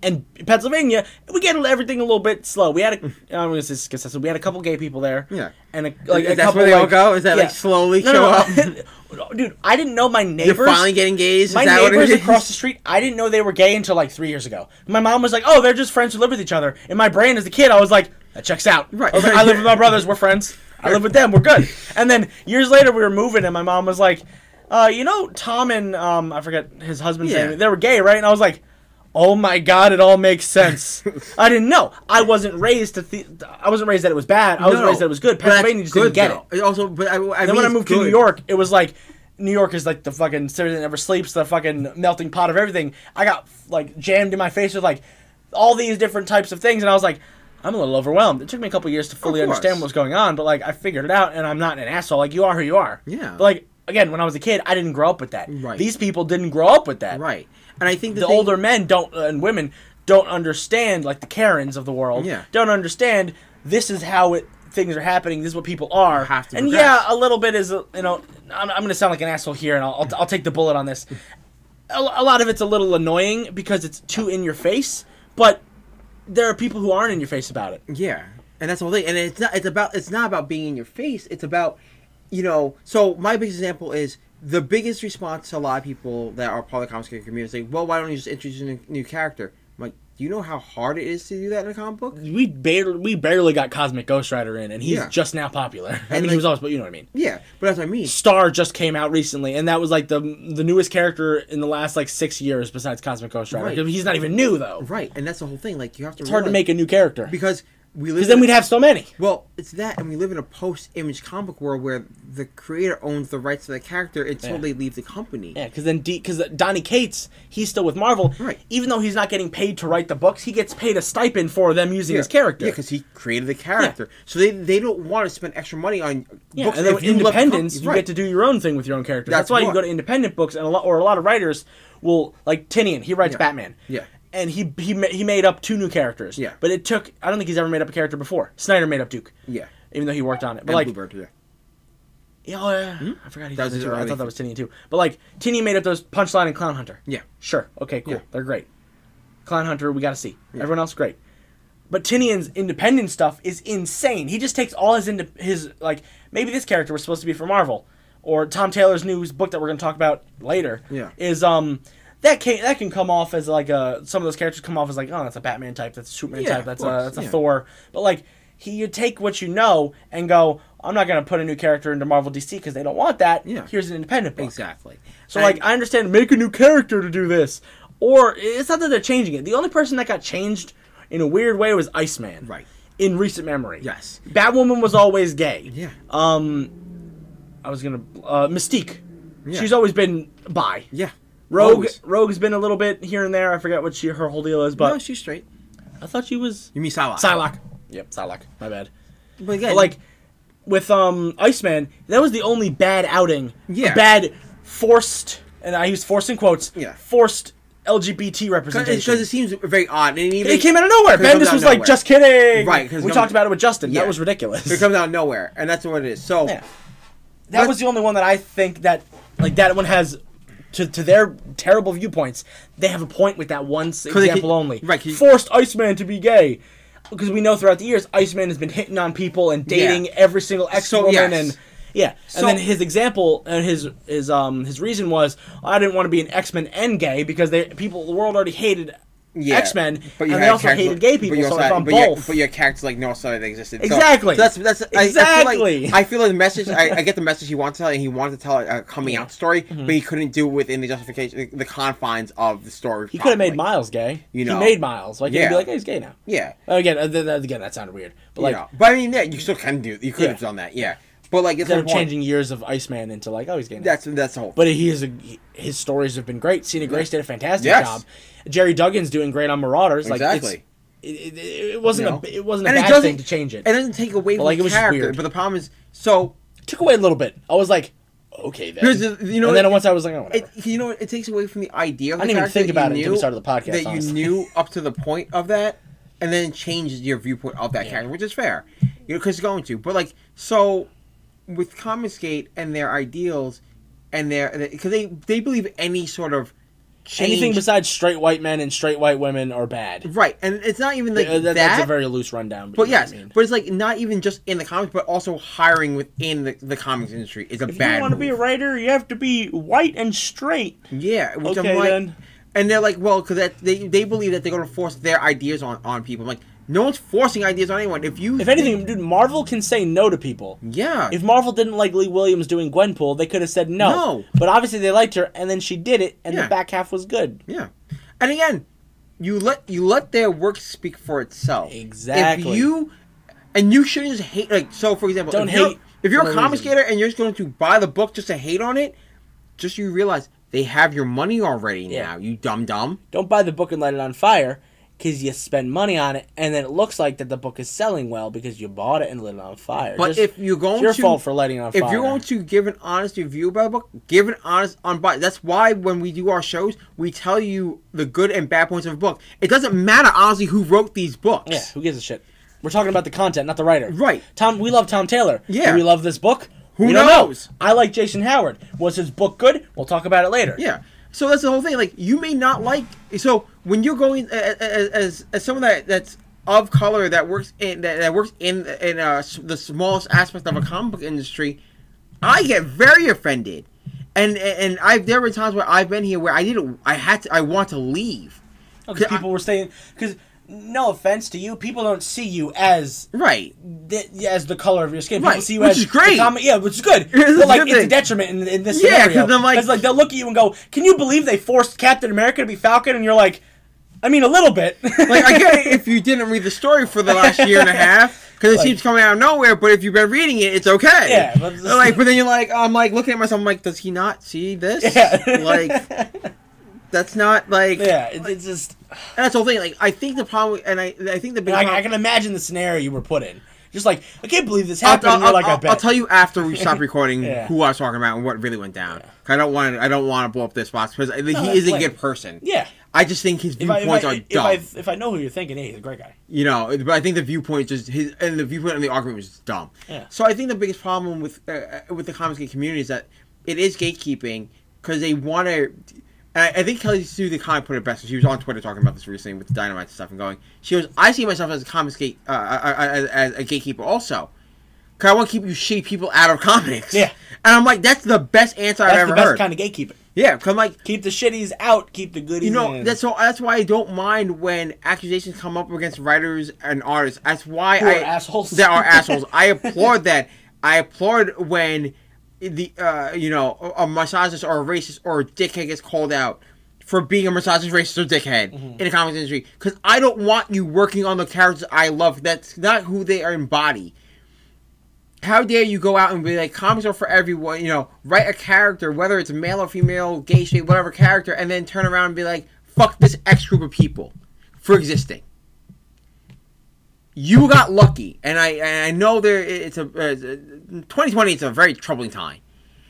And Pennsylvania, we get everything a little bit slow. We had a, I'm gonna say this 'cause I said we had a couple gay people there. Mm. Yeah. and a, like a that's couple, where they all like- go. Is that yeah. like slowly No, show no, [laughs] up? no. dude, I didn't know my neighbors. You're finally getting gays. Is my that what it neighbors is? across [laughs] the street, I didn't know they were gay until like three years ago. My mom was like, "Oh, they're just friends who live with each other." In my brain as a kid, I was like, "That checks out." Right. I, was like, I live [laughs] with my brothers. We're friends. I live with them. We're good. And then years later, we were moving, and my mom was like, uh, "You know, Tom and um, I forget his husband's Yeah. name. They were gay, right?" And I was like. Oh my God! It all makes [laughs] sense. I didn't know. I wasn't raised to. Th- I wasn't raised that it was bad. I was No, raised that it was good. but that's Pennsylvania just didn't good, get it. though. Also, but I, I And mean, then when I it's moved to good. New York, it was like New York is like the fucking city that never sleeps, the fucking melting pot of everything. I got like jammed in my face with like all these different types of things, and I was like, I'm a little overwhelmed. It took me a couple years to fully course. understand what was going on, but like I figured it out, and I'm not an asshole. Like you are who you are. Yeah. But like again, when I was a kid, I didn't grow up with that. Right. These people didn't grow up with that. right? And I think the, The thing- older men don't uh, and women don't understand like the Karens of the world. Yeah. Don't understand this is how it things are happening. This is what people are. have to and progress. [laughs] yeah, a little bit is uh, you know I'm, I'm gonna sound like an asshole here, and I'll, I'll, I'll take the bullet on this. a, a lot of it's a little annoying because it's too in your face, but there are people who aren't in your face about it. Yeah, and that's the whole thing. And it's not. It's about. It's not about being in your face. It's about, you know. So my biggest example is the biggest response to a lot of people that are part of the comic book community is like, "Well, why don't you just introduce a new, new character?" I'm like, "Do you know how hard it is to do that in a comic book?" We barely we barely got Cosmic Ghost Rider in, and he's Yeah. just now popular. [laughs] I mean, And, he like- was always, but you know what I mean. Yeah, but that's what I mean. Star just came out recently, and that was like the the newest character in the last like six years besides Cosmic Ghost Rider. Right. I mean, He's not even new though. Right, and that's the whole thing. Like you have to. It's hard to make realize- a new character because because we live. in then a- we'd have so many. Well, it's that, and we live in a post-image comic world where the creator owns the rights to the character until Yeah. they leave the company. Yeah, because then because Donny Cates, he's still with Marvel. Right. Even though he's not getting paid to write the books, he gets paid a stipend for them using his character. Yeah, because he created the character, so they, they don't want to spend extra money on Yeah, books. and then with if you left independence, com- you right. get to do your own thing with your own character. That's, That's why you right. go to independent books, and a lot or a lot of writers will like Tinian. He writes Yeah. Batman. Yeah. And he he ma- he made up two new characters. Yeah. But it took. I don't think he's ever made up a character before. Snyder made up Duke. yeah, Even though he worked on it, but and like, Bluebird, yeah. yeah, oh, yeah. I forgot he Hmm? That was did his it too. I early- thought that was Tinian too. But like, Tinian made up those Punchline and Clown Hunter. Yeah. Sure. Okay. Cool. Yeah. They're great. Clown Hunter, we got to see. Everyone else, great. But Tinian's independent stuff is insane. He just takes all his into his like maybe this character was supposed to be for Marvel or Tom Taylor's new book that we're going to talk about later. Yeah. Is um that can that can come off as like a some of those characters come off as like oh that's a Batman type that's a Superman Yeah, type of that's a course, that's a yeah. Thor but like he you take what you know and go I'm not going to put a new character into Marvel DC because they don't want that. Yeah. Here's an independent book. exactly. So like I understand make a new character to do this. Or it's not that they're changing it. The only person that got changed in a weird way was Iceman. Right. In recent memory. Yes. Batwoman was always gay. yeah, Uh, I was gonna uh, Mystique. Yeah. She's always been bi. yeah, Rogue Always. Rogue's been a little bit here and there. I forget what she her whole deal is, but no, she's straight. I thought she was You mean Psylocke? Psylocke. Yep, Psylocke. My bad. But again, But like with um Iceman, that was the only bad outing. Yeah. Bad forced and I use forced in quotes. Yeah. Forced LGBT representation. because it seems very odd. And even, it came out of nowhere. Because it comes Bendis out was of like, nowhere. just kidding. Right, 'cause We it comes- talked about it with Justin. Yeah. That was ridiculous. It comes out of nowhere, and that's what it is. So yeah. That But- was the only one that I think that like that one has to, to their terrible viewpoints, they have a point with that one s- they example keep- only. right, 'cause you- Forced Iceman to be gay. Because we know throughout the years, Iceman has been hitting on people and dating Yeah. every single ex woman yes. and yeah. And So- then his example and his his um his reason was I didn't want to be an X Men and gay because they people the world already hated Yeah, X Men but and you they had also characters- hated gay but people. you So also if had- I'm but your- both, but your characters like no, sorry, they existed. So- Exactly. So, that's that's I- I, feel Exactly. like, I feel like the message. I, I get the message he wants to tell, and he wanted to tell a a coming out story, Mm-hmm. but he couldn't do it within the justification, the, the confines of the story. he could have made my Miles gay. You he know. made Miles. Like he'd Yeah. be like, hey, he's gay now. Yeah. Again, uh, th- th- again, that sounded weird, but like you know. but I mean, yeah, you still can do. You could have Yeah. done that. Yeah. But like, it's they're the point. changing years of Iceman into like, oh, he's gay. now. That's that's the whole. but he is a, he- his stories have been great. Cena Grace did a fantastic Yes. job. Jerry Duggan's doing great on Marauders. Like Exactly. it's, it, it, it wasn't You know? a it wasn't a And it bad doesn't- thing to change it. it doesn't take away from like, it the was just character. weird. But the problem is, so Took away a little bit. I was like, okay, then. Here's the- you know and then what- once I was like, oh, whatever. it, you know, what? it takes away from the idea. Of I the didn't even character think that you about it until we knew- started the podcast, That honestly. you knew up to the point of that, and then it changes your viewpoint of that character, which is fair, you know, because it's going to. But like, so with Comiskate and their ideals, and their because they they believe any sort of change, Anything besides straight white men and straight white women are bad. right, and it's not even like Uh, that- that. that's a very loose rundown. but you know what I yes, mean. but it's like not even just in the comics, but also hiring within the, the comics industry is a If bad. you want to be a move. writer, you have to be white and straight. Yeah, which Okay, I'm like, then. and they're like, well, because they they believe that they're gonna force their ideas on on people. I'm like, no one's forcing ideas on anyone. If you, If anything, dude, Marvel can say no to people. yeah, If Marvel didn't like Lee Williams doing Gwenpool, they could have said no. No. But obviously they liked her, and then she did it, and the Yeah. back half was good. yeah, and again, you let you let their work speak for itself. Exactly. If you, and you shouldn't just hate. Like, so for example, Don't if you're, hate If you're for a no comic reason. skater and you're just going to buy the book just to hate on it, just so you realize they have your money already Yeah. now. You dumb dumb. Don't buy the book and light it on fire, because you spend money on it, and then it looks like that the book is selling well because you bought it and lit it on fire. But Just- if you're going it's your to- fault for lighting it on if fire. you're going to give an honest review about a book, give an honest unbiased. That's why when we do our shows, we tell you the good and bad points of a book. It doesn't matter honestly who wrote these books. Yeah, who gives a shit? We're talking about the content, not the writer. Right. Tom, we love Tom Taylor. Yeah. Do we love this book? Who we don't know. knows? I like Jason Howard. Was his book good? We'll talk about it later. Yeah. So that's the whole thing. Like you may not like. So when you're going as as, as someone that that's of color that works in that, that works in in uh, s- the smallest aspect of a comic book industry, I get very offended, and and I've there were times where I've been here where I didn't I had to I want to leave. Because Yeah, I- Oh, people were saying, because no offense to you, people don't see you as Right. the, as the color of your skin. People Right, see you which as is the great. common- yeah, which is [laughs] good. is but a like, good it's a thing. detriment in, in this Yeah, scenario. 'cause I'm like- like they'll look at you and go, "Can you believe they forced Captain America to be Falcon?" And you're like, "I mean, a little bit." [laughs] Like I get it if you didn't read the story for the last year and a half because it Like- keeps coming out of nowhere. But if you've been reading it, it's okay. Yeah, but- like, but then you're like, I'm like looking at myself. I'm like, does he not see this? yeah, Like, that's not like. yeah, it, it's just. And that's the whole thing. Like, I think the problem, and I, I think the big. I, problem- I can imagine the scenario you were put in. Just like, I can't believe this I'll, happened. and I'll- you're like, I'll- I bet. I'll tell you after we [laughs] stop recording Yeah. who I was talking about and what really went down. 'Cause I don't want to. I don't want to blow up this box because I think No, he that's is a lame. good person. Yeah. I just think his If I, if, viewpoints I, are if, dumb. I, if I know who you're thinking, hey, he's a great guy. You know, but I think the viewpoint just his and the viewpoint and the argument was just dumb. Yeah. So I think the biggest problem with uh, uh, with the comics gay community is that it is gatekeeping because they want to. I I think Kelly Sue the comic put it best. She was on Twitter talking about this recently with the dynamite stuff and going. She goes, "I see myself as a comics gate, uh, uh, uh, as, as a gatekeeper also, because I want to keep you shitty people out of comics." Yeah. And I'm like, that's the best answer I've That's ever the best heard. kind of gatekeeping. yeah, 'cause I'm like, Keep the shitties out, keep the goodies you know, in. that's so. That's why I don't mind when accusations come up against writers and artists. That's why Who are I assholes. That are assholes. I applaud that. I applaud when the uh, you know a a misogynist or a racist or a dickhead gets called out for being a misogynist, racist, or dickhead in the comics industry. Because I don't want you working on the characters I love. That's not who they are embody how dare you go out and be like comics are for everyone you know write a character whether it's male or female gay straight whatever character and then turn around and be like fuck this x group of people for existing you got lucky and i and i know there it's a uh, 2020 it's a very troubling time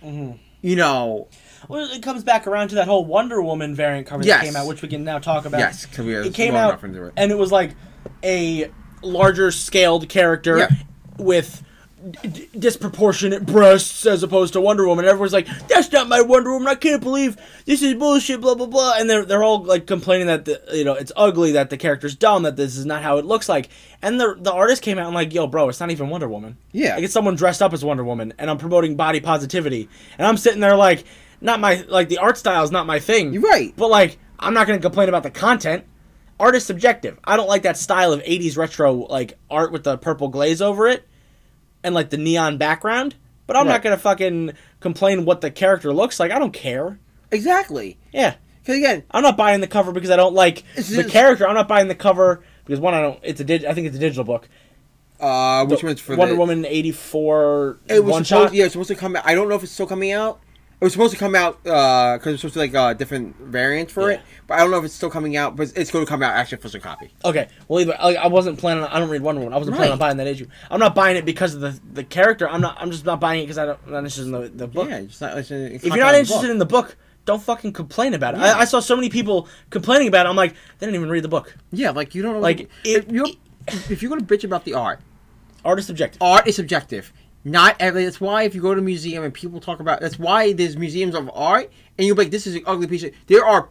Mm-hmm. you know Well, it comes back around to that whole Wonder Woman variant cover Yes. that came out, which we can now talk about. Yes, 'cause we are it came well out, enough into it. and it was like a larger scaled character Yeah. with d- d- disproportionate breasts as opposed to Wonder Woman. And everyone's like, "That's not my Wonder Woman! I can't believe this is bullshit!" Blah blah blah. And they're they're all like complaining that the, you know it's ugly, that the character's dumb, that this is not how it looks like. And the the artist came out and like, "Yo, bro, it's not even Wonder Woman. Yeah. like it's someone dressed up as Wonder Woman, and I'm promoting body positivity, and I'm sitting there like." Not my like the art style is not my thing. You're right. But like, I'm not gonna complain about the content. Art is subjective. I don't like that style of '80s retro like art with the purple glaze over it, and like the neon background. But I'm Right. not gonna fucking complain what the character looks like. I don't care. exactly Yeah, because again I'm not buying the cover because I don't like It's the just- character. I'm not buying the cover because one, I don't. It's a dig. I think it's a digital book. uh which one's for Wonder the, Woman '84 it was one supposed, shot. yeah, it was supposed to come out. I don't know if it's still coming out. It was supposed to come out because it was supposed to like uh, different variants for it, Yeah. but I don't know if it's still coming out. But it's going to come out actually for some copy. Okay. Well, either I, I wasn't planning. On, I don't read Wonder Woman. I wasn't planning on Right. buying that issue. I'm not buying it because of the the character. I'm not. I'm just not buying it because I don't. I'm not interested in the, the book. Yeah, it's not, it's, it's if you're not interested in the book, don't fucking complain about it. I, I saw so many people complaining about it. I'm like, they didn't even read the book. yeah, like you don't know, Like, if it- you're if you're going to bitch about the art, Art is subjective. art is subjective. Not every. That's why if you go to a museum and people talk about. That's why there's museums of art, and you're like, this is an ugly piece. of... There are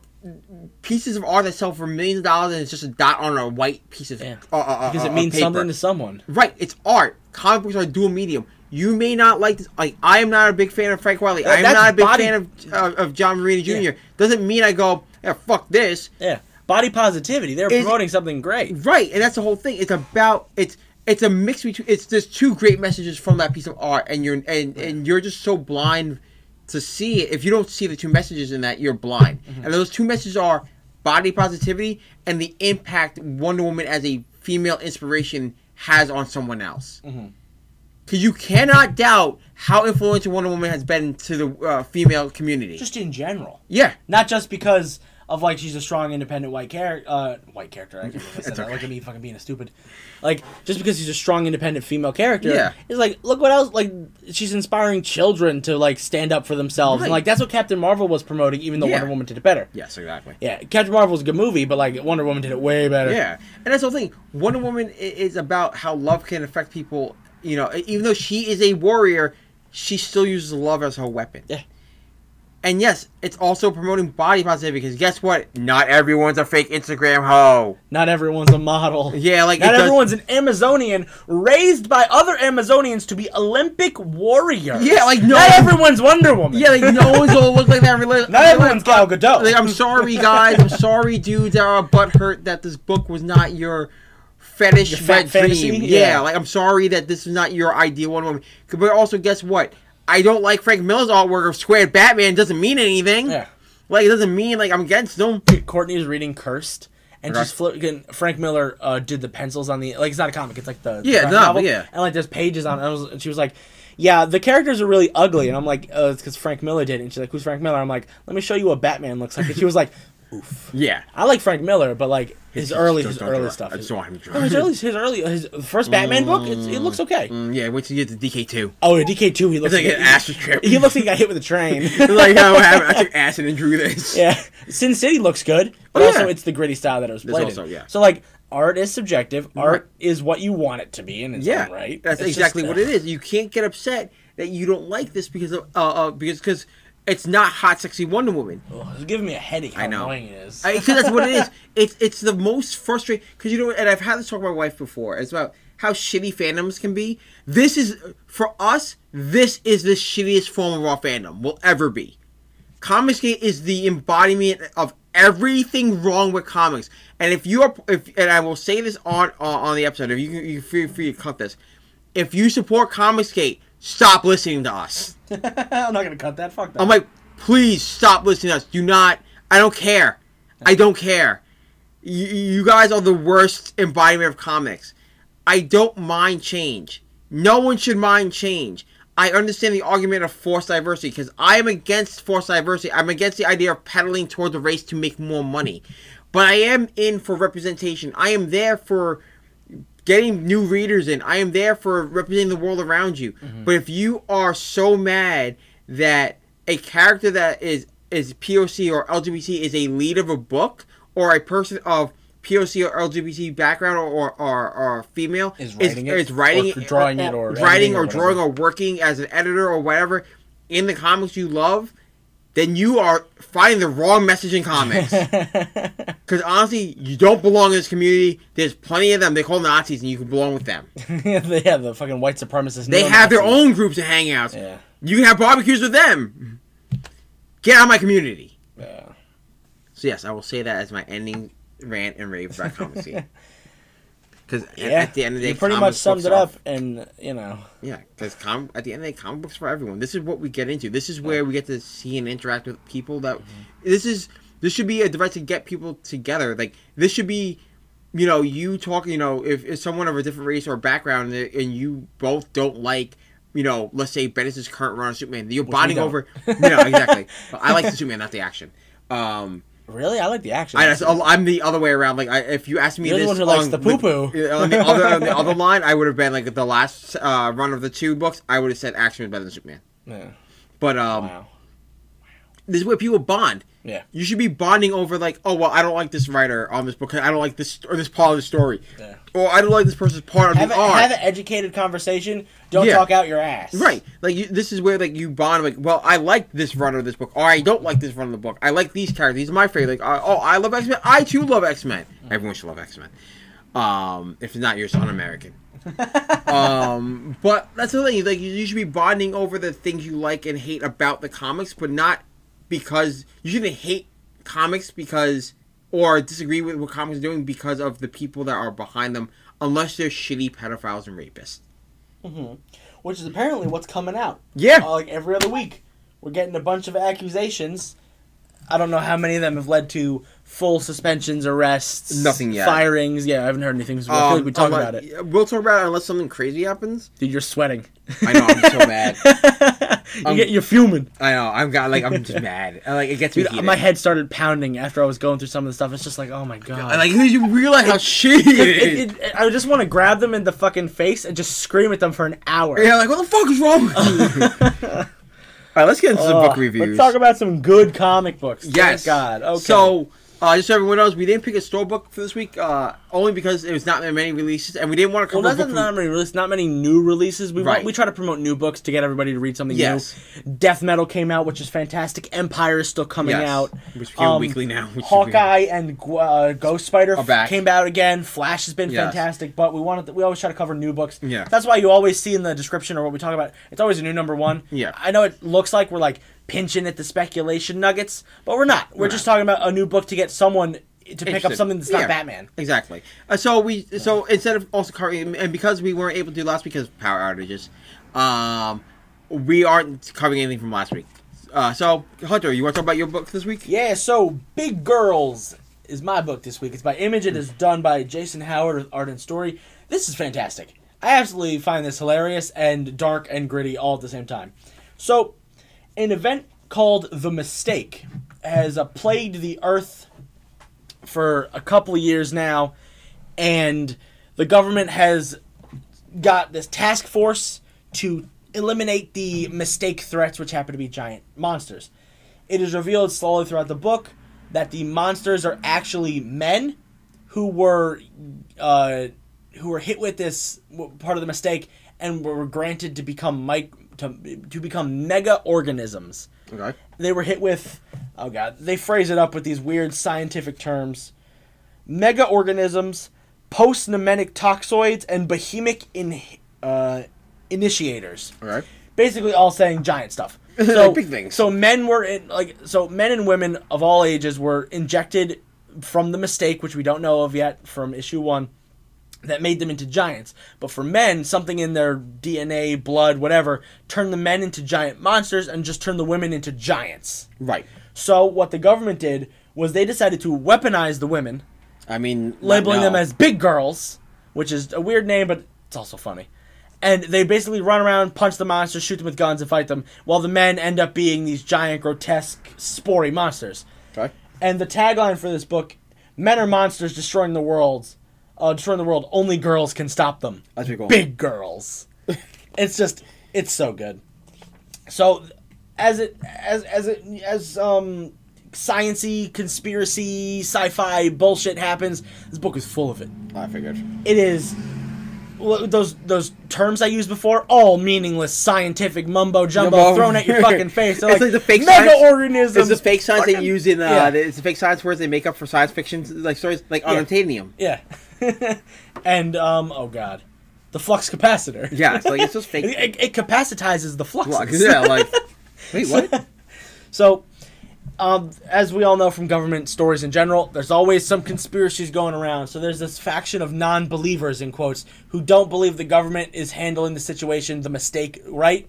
pieces of art that sell for millions of dollars, and it's just a dot on a white piece of. Yeah. Uh, uh, because uh, it uh, means paper. something to someone. Right, it's art. Comic books are a dual medium. You may not like this. Like I am not a big fan of Frank Wiley. That- I am that's not a big body- fan of uh, of John Marina Jr. Yeah. Doesn't mean I go, yeah, fuck this. Yeah. Body positivity. They're Is- promoting something great. Right, and that's the whole thing. It's about it's it's a mix between it's there's two great messages from that piece of art, and you're and and you're just so blind to see it. If you don't see the two messages in that, you're blind. And those two messages are body positivity and the impact Wonder Woman as a female inspiration has on someone else. Because you cannot doubt how influential Wonder Woman has been to the uh, female community. Just in general. yeah, Not just because of like she's a strong, independent white character. Uh, white character. I can't believe I said It's that. okay. Look at me fucking being a stupid. Like just because she's a strong, independent female character. Yeah. It's like look what else. Like she's inspiring children to like stand up for themselves, Right. and like that's what Captain Marvel was promoting, even though Yeah. Wonder Woman did it better. yes, exactly. Yeah, Captain Marvel was a good movie, but like Wonder Woman did it way better. Yeah, and that's the whole thing. Wonder Woman i- is about how love can affect people. e-, You know, even though she is a warrior, she still uses love as her weapon. Yeah. And yes, it's also promoting body positivity because guess what? Not everyone's a fake Instagram hoe. Not everyone's a model. Yeah, like Not it does- everyone's an Amazonian raised by other Amazonians to be Olympic warriors. Yeah, like, no- Not everyone's Wonder Woman. Yeah, like no one's gonna look like that. [laughs] Rel- Not everyone's Gal Gadot. Like, I'm sorry, guys. I'm sorry, dudes that are butthurt that this book was not your fetish Your fat wet fantasy? dream. Yeah. Yeah. like I'm sorry that this is not your ideal one woman. But also, guess what? I don't like Frank Miller's artwork of squared Batman. Doesn't mean anything. Yeah. Like it doesn't mean like I'm against them. Courtney is reading Cursed, and Okay. she's flipping. Frank Miller uh, did the pencils on the like. It's not a comic. It's like the Yeah, graphic no, yeah. And like there's pages on. It. And, I was, and she was like, "Yeah, the characters are really ugly." And I'm like, uh, "It's because Frank Miller did." it." And she's like, "Who's Frank Miller?" I'm like, "Let me show you what Batman looks like." And she was like, "Oof." Yeah. I like Frank Miller, but like his, early, Don't- his don't early draw. stuff. I is- just don't want him to No, draw. Oh, his early, his early, his first Batman book, it's, it looks okay. Mm, yeah, wait till you get to DK2. Oh, in DK two, he looks It's like [laughs] like, an acid [laughs] trip. he looks like he got hit with a train. [laughs] like, oh, what happened? I took acid and drew this. Yeah, Sin City looks good, but Oh, also yeah. it's the gritty style that it was played. also- in. yeah. Mm-hmm. So like, art is subjective. Art is what you want it to be, and it's Yeah, right. That's It's just, exactly uh, what it is. You can't get upset that you don't like this because of uh, uh because because it's not hot, sexy Wonder Woman. oh, it's giving me a headache. How I know. know. Annoying it is. Because that's what it is. It's it's the most frustrating because you know, and I've had this talk with my wife before. It's about how shitty fandoms can be. This is for us. This is the shittiest form of our fandom will ever be. Comicsgate is the embodiment of everything wrong with comics. And if you are, if and I will say this on on, on the episode, if you can, you feel free to cut this. If you support Comicsgate, stop listening to us. [laughs] I'm not gonna cut that. Fuck that. I'm like, please stop listening to us. Do not. I don't care. I don't care. You, you guys are the worst embodiment of comics. I don't mind change. No one should mind change. I understand the argument of forced diversity because I am against forced diversity. I'm against the idea of peddling towards a race to make more money. But I am in for representation. I am there for getting new readers in. I am there for representing the world around you. Mm-hmm. But if you are so mad that a character that is is POC or LGBT is a lead of a book or a person of POC or LGBT background or or, or, or female Is writing it is writing or drawing it or editing writing or or drawing whatever. or working as an editor or whatever in the comics you love, then you are finding the wrong message [laughs] in comics. Because honestly, you don't belong in this community. There's plenty of them. They call Nazis, and you can belong [laughs] with them. they have the fucking white supremacists. They have their own groups of hangouts. Yeah. You can have barbecues with them. Get out of my community. Yeah. So yes, I will say that as my ending rant and rave [laughs] about comic Because yeah. at the end of the day, you pretty comic much sums books it are- up, and you know, Yeah, because com- at the end of the day, comic books are for everyone. This is what we get into. This is where we get to see and interact with people. That this is this should be a device to get people together. Like this should be, you know, you talking. You know, if, if someone of a different race or background and and you both don't like. You know, let's say Bendis's current run on Superman. You're bonding don't. over. You know, exactly. I like the Superman, not the action. Um, really, I like the action. I, I'm the other way around. Like, I, if you asked me You're the this one who likes on the poo-poo. yeah, on the other [laughs] on the other line, I would have been like the last uh, run of the two books. I would have said action is better than Superman. yeah. But um, Wow. this is where people bond. Yeah. You should be bonding over like, oh well, I don't like this writer on this book. I don't like this or this part of the story, Yeah. or I don't like this person's part of Have, the a, art. have an educated conversation. Don't Yeah. talk out your ass. Right. Like you, this is where like you bond. Like, well, I like this run of this book, or I don't like this run of the book. I like these characters. These are my favorite. Like, uh, oh, I love X Men. I too love X Men. Everyone should love X Men. Um, if not, you're un American. um, but that's the thing. Like, you, you should be bonding over the things you like and hate about the comics, but not because you shouldn't hate comics because or disagree with what comics are doing because of the people that are behind them, unless they're shitty pedophiles and rapists. Which is apparently what's coming out. Yeah. Uh, like every other week, we're getting a bunch of accusations. I don't know how many of them have led to full suspensions, arrests, Nothing yet. firings. Yeah, I haven't heard anything. So I feel like we Um, talked unless- about it. yeah, We'll talk about it unless something crazy happens. Dude, you're sweating. I know I'm so [laughs] mad. [laughs] you get, you're fuming. I know I'm got like I'm just mad. I, like it gets me Dude, heated. my head started pounding after I was going through some of the stuff. It's just like, oh my god. I, like you realize how shitty it It- is. it- it- I just want to grab them in the fucking face and just scream at them for an hour. yeah, like what the fuck is wrong with you? [laughs] All right, let's get into some Ugh, book Let's reviews. talk about some good comic books. Thank yes, God. Okay. So Uh, just so everyone knows, we didn't pick a store book for this week, uh, only because it was not that many releases, and we didn't want to Well, cover. not, a book that not many releases, not many new releases. We want, Right. we try to promote new books to get everybody to read something Yes. new. Death Metal came out, which is fantastic. Empire is still coming Yes, out. Um, which became weekly now, which Hawkeye and Gu- uh, Ghost Spider Are back. came out again. Flash has been Yes. fantastic, but we wanted to, we always try to cover new books. Yeah. that's why you always see in the description or what we talk about. It's always a new number one. Yeah. I know it looks like we're like pinching at the speculation nuggets, but we're not. We're, just talking about a new book to get someone to pick up Interested. something that's not Yeah. Batman. Exactly. Uh, so we so instead of also covering and because we weren't able to do last week because of power outages, um, we aren't covering anything from last week. Uh, so Hunter, you want to talk about your book this week? Yeah, so Big Girls is my book this week. It's by Image. It is done by Jason Howard with art and story. This is fantastic. I absolutely find this hilarious and dark and gritty all at the same time. So, an event called The Mistake has uh, plagued the Earth for a couple of years now, and the government has got this task force to eliminate the mistake threats, which happen to be giant monsters. It is revealed slowly throughout the book that the monsters are actually men who were uh, who were hit with this w- part of the mistake and were granted to become mic- to, to become mega organisms Okay. they were hit with oh god they phrase it up with these weird scientific terms mega organisms post-nemetic toxoids and behemic in, uh, initiators Okay. basically all saying giant stuff so, [laughs] Big things. so men were in like so men and women of all ages were injected from the mistake which we don't know of yet from issue one that made them into giants. But for men, something in their DNA, blood, whatever, turned the men into giant monsters and just turned the women into giants. Right. So what the government did was they decided to weaponize the women, I mean, labeling no. them as big girls, which is a weird name, but it's also funny. And they basically run around, punch the monsters, shoot them with guns, and fight them, while the men end up being these giant, grotesque, spory monsters. Okay. And the tagline for this book: "Men are monsters destroying the world, uh, destroying the world. Only girls can stop them. That's pretty cool. Big girls. it's just, it's so good. So, as it as as it as um sciency conspiracy sci-fi bullshit happens, this book is full of it. I figured. It is. well, Those those terms I used before, all meaningless scientific mumbo jumbo Mumbo- thrown at your [laughs] fucking face. They're It's like the fake mega science- organisms. It's the fake science they fucking- use in uh, yeah. it's the fake science words they make up for science fiction like stories like Yeah. unobtainium. Yeah. [laughs] and um oh god. The flux capacitor. Yeah, it's like it's just It, [laughs] fake. [laughs] it, it capacitizes the fluxes. yeah, like [laughs] wait, what? So um, as we all know from government stories in general, there's always some conspiracies going around. So there's this faction of non-believers in quotes who don't believe the government is handling the situation, the mistake right.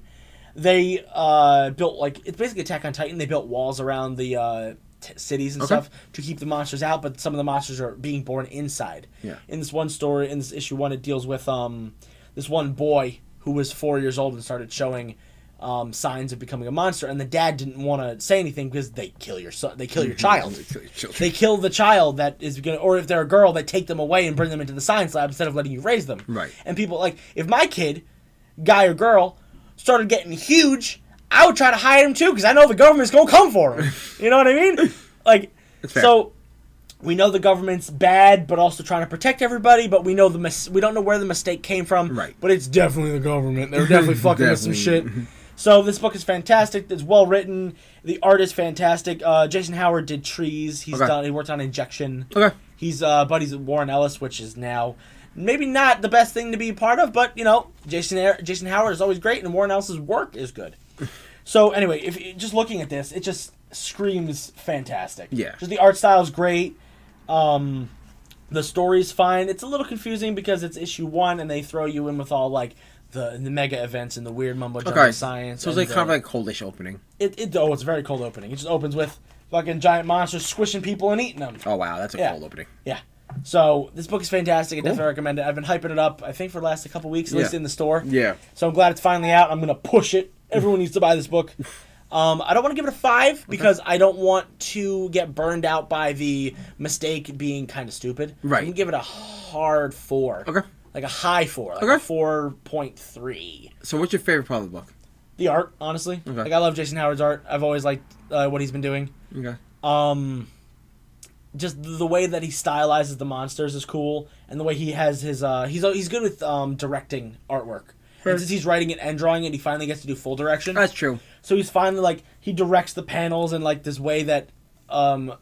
They uh, built like it's basically Attack on Titan. They built walls around the uh, t- cities and stuff to keep the monsters out, but some of the monsters are being born inside. Yeah. In this one story, in this issue one, it deals with um, this one boy who was four years old and started showing um, signs of becoming a monster, and the dad didn't want to say anything because they kill your son, they kill your child. They kill the child that is going to, or if they're a girl, they take them away and bring them into the science lab instead of letting you raise them. Right. And people, like, if my kid, guy or girl, started getting huge, I would try to hire him too because I know the government's going to come for [laughs] him. you know what I mean? Like, fair. so we know the government's bad, but also trying to protect everybody, but we know the mis- we don't know where the mistake came from. Right. But it's definitely the government. They're [laughs] definitely fucking with some shit. Definitely. [laughs] So this book is fantastic. It's well written. The art is fantastic. Uh, Jason Howard did trees. He's Okay. done. He worked on Injection. Okay. He's uh, buddies with Warren Ellis, which is now maybe not the best thing to be part of, but you know Jason Jason Howard is always great, and Warren Ellis's work is [laughs] good. So anyway, if just looking at this, it just screams fantastic. Yeah. Just the art style is great. Um, the story's fine. It's a little confusing because it's issue one, and they throw you in with all like the the mega events and the weird mumbo jumbo Okay. science. So it's and uh, like kind of the- like coldish opening. it, it. Oh, it's a very cold opening. It just opens with fucking giant monsters squishing people and eating them. Oh wow, that's a Yeah. cold opening. Yeah. So this book is fantastic. I definitely recommend it. I've been hyping it up. I think for the last couple weeks, at Yeah. least in the store. Yeah. So I'm glad it's finally out. I'm gonna push it. Everyone needs to buy this [laughs] book. Um, I don't want to give it a five because I don't want to get burned out by the mistake being kind of stupid. Right. I'm gonna give it a hard four. Okay. Like a high four. Like Okay. a four point three So what's your favorite part of the book? the art, honestly. Okay. Like I love Jason Howard's art. I've always liked uh, what he's been doing. Okay. Um, just the way that he stylizes the monsters is cool, and the way he has his uh, he's he's good with um, directing artwork. And since he's writing it and drawing it, he finally gets to do full direction. That's true. So he's finally like he directs the panels in like this way that um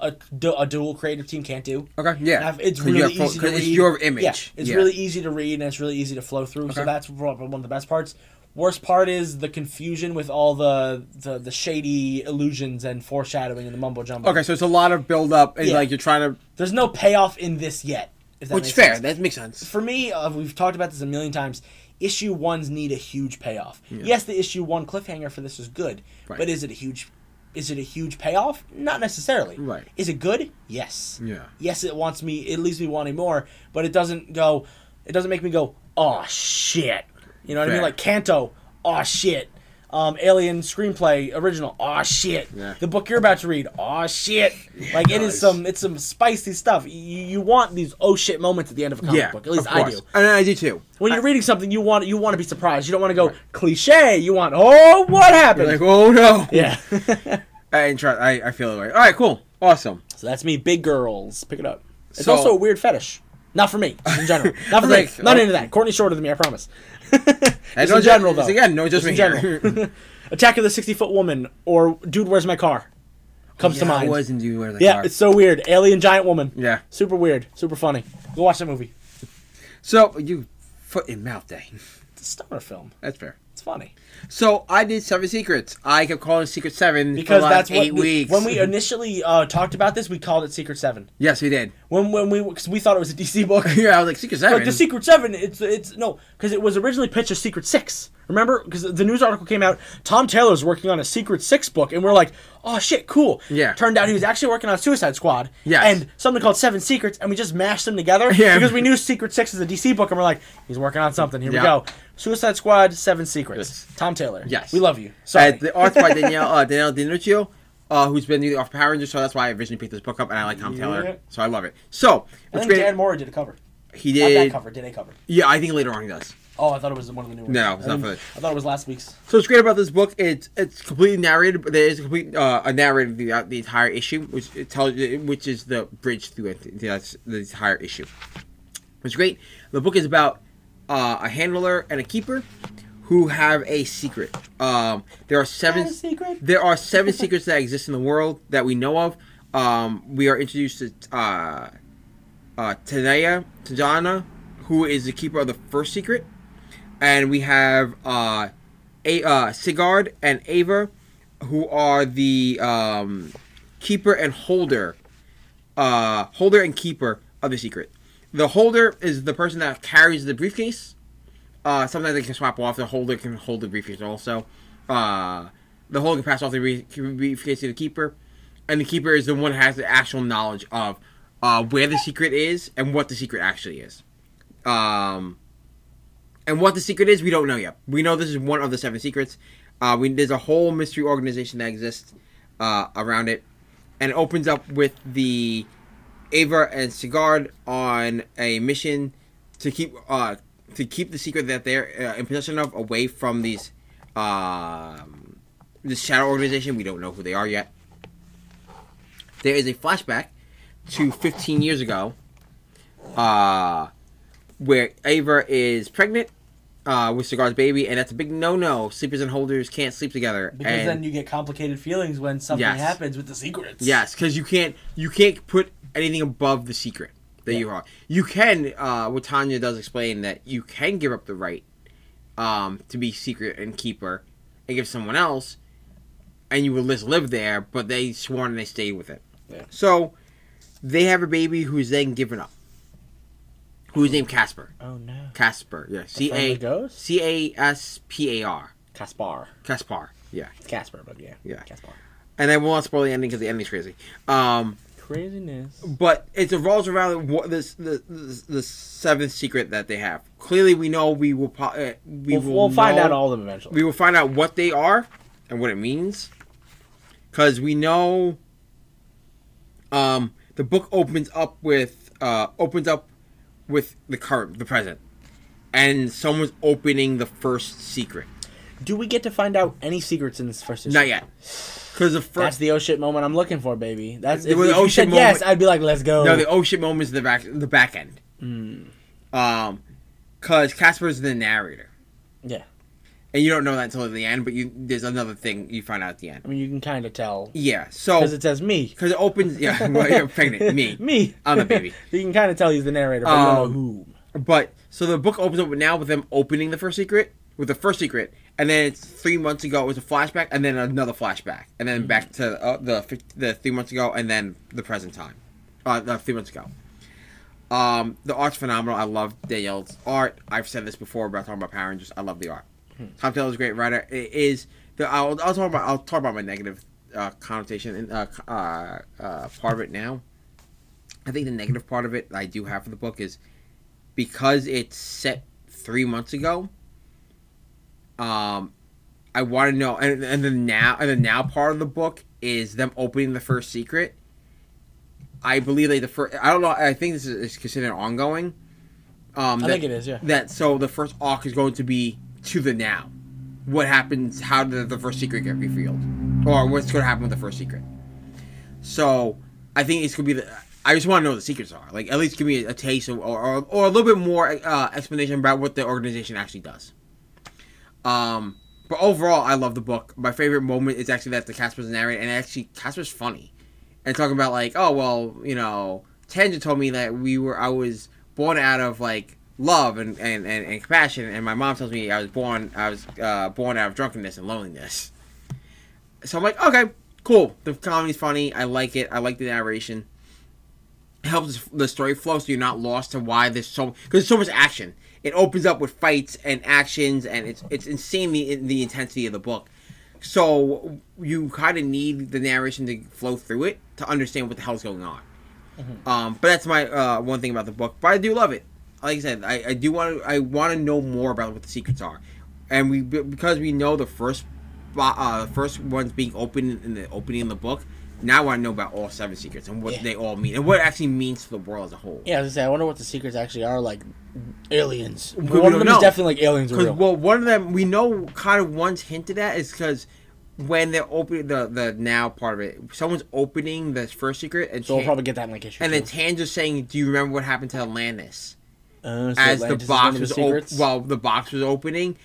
a, du- a dual creative team can't do. Okay. Yeah. And I've- it's 'Cause you really have fo- easy to 'cause read. It's your image. Yeah, it's really easy to read and it's really easy to flow through. So Okay. that's prob- one of the best parts. Worst part is the confusion with all the the, the shady illusions and foreshadowing and the mumbo jumbo. Okay, so it's a lot of build up, and Yeah. like you're trying to, There's no payoff in this yet. If that which is makes fair. sense. That makes sense. For me, uh, we've talked about this a million times. Issue ones need a huge payoff. Yes, the issue one cliffhanger for this is good, Right. but is it a huge? Is it a huge payoff? Not necessarily. Right. Is it good? Yes. Yeah. Yes, it wants me. It leaves me wanting more, but it doesn't go. It doesn't make me go. Oh shit. You know what I mean? Fair. Like Canto. Oh shit. Um, Alien screenplay original. Oh shit. Yeah. The book you're about to read. Oh [laughs] shit. Like it is Nice. some. It's some spicy stuff. You, you want these oh shit moments at the end of a comic Yeah. book. At least of I do. course. And I do too. When you're reading something, you want you want to be surprised. You don't want to go cliche. You want oh what happened? Like, oh no. [laughs] yeah. [laughs] I try. I, I feel it way. All right, cool, awesome. so that's me. Big girls, pick it up. It's So- also a weird fetish. Not for me, just in [laughs] general. Not for me. Like, Not oh. into that. Courtney's shorter than me. I promise. [laughs] And Just no in ju- general, though. Again, no Just judgment. in [laughs] general. Attack of the sixty foot woman or dude, where's my car? Comes [laughs] to mind. I wasn't you where the yeah, car. it's so weird. Alien giant woman. Yeah. Super weird. Super funny. Go watch that movie. So you foot in mouth day. It's a stoner film. That's fair. It's funny. So I did seven secrets. I kept calling it Secret Seven for because the that's last what eight we- weeks. when we initially uh, talked about this, we called it Secret Seven. yes, we did. When when we because we thought it was a DC book, Yeah, I was like Secret Seven. but the Secret Seven, it's it's no because it was originally pitched as Secret Six. Remember, because the news article came out, Tom Taylor's working on a Secret Six book, and we're like, oh shit, cool. Yeah. Turned out he was actually working on Suicide Squad. Yes. And something called Seven Secrets, and we just mashed them together. [laughs] Yeah. Because we knew Secret Six is a DC book, and we're like, he's working on something. Here Yeah. we go. Suicide Squad, Seven Secrets. Yes. Tom Taylor. Yes. We love you. Sorry. uh, the [laughs] art by Danielle uh, Danielle DiNuccio, uh, who's been the off Power Rangers, so that's why I originally picked this book up, and I like Tom Yeah. Taylor, so I love it. So I it's think great. Dan Mora did a cover. he Not that did. cover. Did a cover. Yeah, I think later on he does. Oh, I thought it was one of the new ones. No, it's I not didn't- for it. I thought it was last week's. So what's great about this book, it's it's completely narrated, but there is a complete uh, a narrative throughout the entire issue, which it tells you, which is the bridge through it, that's the entire issue. What's great, the book is about uh, a handler and a keeper who have a secret. Um, there are seven. Got a secret? There are seven secrets that exist in the world that we know of. Um, we are introduced to uh, uh, Tanaya Tajana, who is the keeper of the first secret, and we have uh, a uh, Sigard and Ava, who are the um, keeper and holder, uh, holder and keeper of the secret. The holder is the person that carries the briefcase. Uh, sometimes they can swap off. The holder can hold the briefcase also. Uh, the holder can pass off the brief- briefcase to the keeper, and the keeper is the one who has the actual knowledge of uh, where the secret is and what the secret actually is. Um, and what the secret is, we don't know yet. We know this is one of the seven secrets. Uh, we, there's a whole mystery organization that exists uh, around it, and it opens up with the Ava and Sigard on a mission to keep uh, to keep the secret that they're uh, in possession of away from these um, the shadow organization. We don't know who they are yet. There is a flashback to 15 years ago, uh, where Ava is pregnant uh, with Cigar's baby, and that's a big no-no. Sleepers and holders can't sleep together. Because and- then you get complicated feelings when something Yes. happens with the secrets. Yes, because you can't you can't put anything above the secret that you are. You can, uh, what Tanya does explain that you can give up the right um, to be secret and keeper and give someone else, and you will just live there. But they sworn and they stayed with it. Yeah. So they have a baby who's then given up, who's named Casper. Oh no. Casper, yeah, C friendly A ghost? C A S P A R, Caspar. Caspar, yeah. It's Casper, but yeah. Yeah. Caspar. And I will not spoil the ending because the ending's crazy. Um, Craziness. but it revolves around what this the the seventh secret that they have. Clearly, we know we will po- uh, we We'll, will we'll find know- out all of them eventually. We will find out what they are and what it means, because we know. Um, the book opens up with uh opens up with the current the present, and someone's opening the first secret. Do we get to find out any secrets in this first issue? Not yet. Because the That's first the oh shit moment I'm looking for, baby. That's if, Well, the if oh you shit said yes, moment- I'd be like, let's go. no, the oh shit moment is the back the back end. Hmm. Um, because Casper's the narrator, yeah, and you don't know that until the end. But you there's another thing you find out at the I end. mean you can kind of tell Yeah. So because it says me. because it opens. Yeah, [laughs] well, you're [laughs] pregnant. Me. me. I'm the baby. [laughs] you can kind of tell he's the narrator, but you don't Um, know who. But so the book opens up now with them opening the first secret, with the first secret, and then it's three months ago. It was a flashback, and then another flashback, and then back to uh, the fif- the three months ago, and then the present time, uh, the three months ago. Um, the art's phenomenal. I love Danielle's art. I've said this before about talking about Power Rangers. I love the art. Tom Taylor's a great writer. It is. The, I'll, I'll talk about. I'll talk about my negative uh, connotation and uh, c- uh, uh, part of it now. I think the negative part of it I do have for the book is because it's set three months ago. Um, I want to know, and, and the now and the now part of the book is them opening the first secret. I believe like the first. I don't know. I think this is, is considered ongoing. Um, I that- think it is. Yeah. that so the first arc is going to be to the now. What happens? How did the first secret get revealed? Or what's going to happen with the first secret? So I think it's going to be the. I just want to know what the secrets are. Like at least give me a, taste of, or, or or a little bit more uh, explanation about what the organization actually does. Um, but overall, I love the book. My favorite moment is actually that the Casper's narrator, and actually Casper's funny, and talking about like, oh well, you know, Tanja told me that we were, I was born out of like love and and, and, and compassion, and my mom tells me I was born, I was uh, born out of drunkenness and loneliness. So I'm like, okay, cool. The comedy's funny. I like it. I like the narration. It helps the story flow so you're not lost to why there's so because there's so much action. It opens up with fights and actions, and it's it's insane the the intensity of the book. So you kind of need the narration to flow through it to understand what the hell's going on. Um, but that's my uh, one thing about the book. But I do love it. Like I said, I, I do want to I want to know more about what the secrets are, and we be- because we know the first bo- uh, the first ones being opened in the opening in the book. Now I want to know about all seven secrets and what Yeah. they all mean and what it actually means to the world as a whole. Yeah, I was gonna say, I wonder what the secrets actually are. Like aliens. We One don't of them know. is definitely like aliens are Because real. well, one of them we know kind of one's hinted at is because when they're opening the the now part of it, someone's opening the first secret and so we'll Tan- probably get that in like issue. and then two. Tanger's saying, "Do you remember what happened to Atlantis?" Uh, so Atlantis as is the box one of was op- secrets? while the box was opening,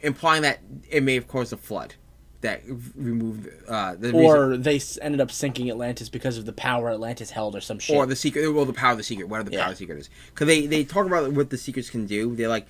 implying that it may have caused a flood that removed uh, the reason- or they s- ended up sinking Atlantis because of the power Atlantis held, or some shit. or the secret. Well, the power of the secret. Whatever the Yeah. power of the secret is, because they they talk about what the secrets can do. They're like,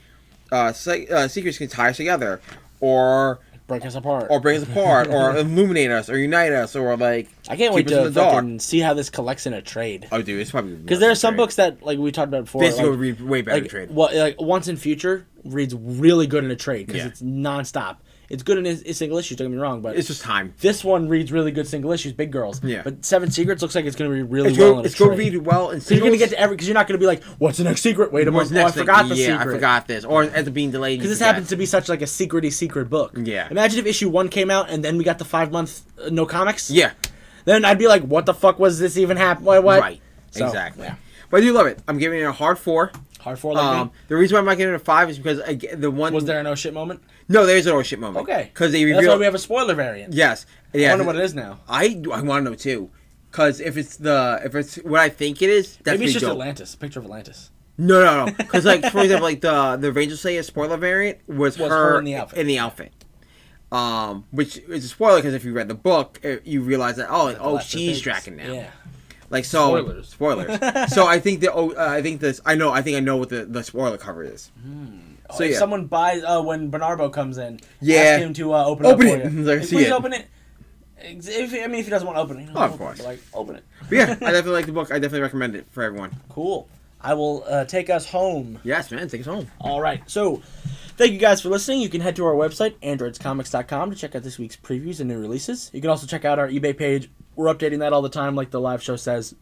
uh, se- uh, secrets can tie us together, or Break us apart. or break us apart, [laughs] or illuminate us, or unite us, or like I can't wait keep us to in the dark. fucking see how this collects in a trade. Oh, dude, it's probably Because there are some books that, like we talked about before, This like, would be way better like, trade. Well, like once in future reads really good in a trade because Yeah. it's nonstop. It's good in a, a single issue. Don't get me wrong, but It's just time. this one reads really good single issues, big girls. Yeah. But Seven Secrets looks like it's going to be really It's well go, in a it's go trade. read well and So you're going to get to every because you're not going to be like, what's the next secret? Wait a What's minute, oh, I next thing? forgot the yeah, secret. I forgot this. Or as it being delayed. Because this happens to be such like a secrety secret book. Yeah. Imagine if issue one came out and then we got the five month uh, no comics. Yeah. Then I'd be like, what the fuck was this even happen? What? what? Right. So, exactly. yeah. But I do love it. I'm giving it a hard four. Hard four like Um, me. the reason why I'm not giving it a five is because I, get- the one Was there an oh shit moment? no, there's an oh shit moment. Okay. because they That's why reveal we have a spoiler variant. yes, I yeah. wonder what it is now. I I want to know too, because if it's the if it's what I think it is, that's Maybe it's just dope. Atlantis. A picture of Atlantis. No, no, no. Because like for example, like the the Ranger Slayer spoiler variant was, Was her, in the outfit. Um, which is a spoiler because if you read the book, it, you realize that oh, like, oh, Last of she's Things. Draken now. Yeah. Like so, Spoilers. [laughs] spoilers. so I think the oh, uh, I think this. I know. I think I know what the, the spoiler cover is. Oh, So, if yeah. someone buys uh, when Bernardo comes in, Yeah. ask him to uh, open, Open it. Up it. for [laughs] you. Like, Like, see please it. open it. Ex- If, I mean, if he doesn't want to open it, Oh, of open it, course. but, like open it. But yeah, I definitely like the book. I definitely recommend it for everyone. Cool. I will uh, take us home. Yes, man. Take us home. All right. So, thank you guys for listening. You can head to our website, androidscomics.com, to check out this week's previews and new releases. You can also check out our eBay page. We're updating that all the time, like the live show says.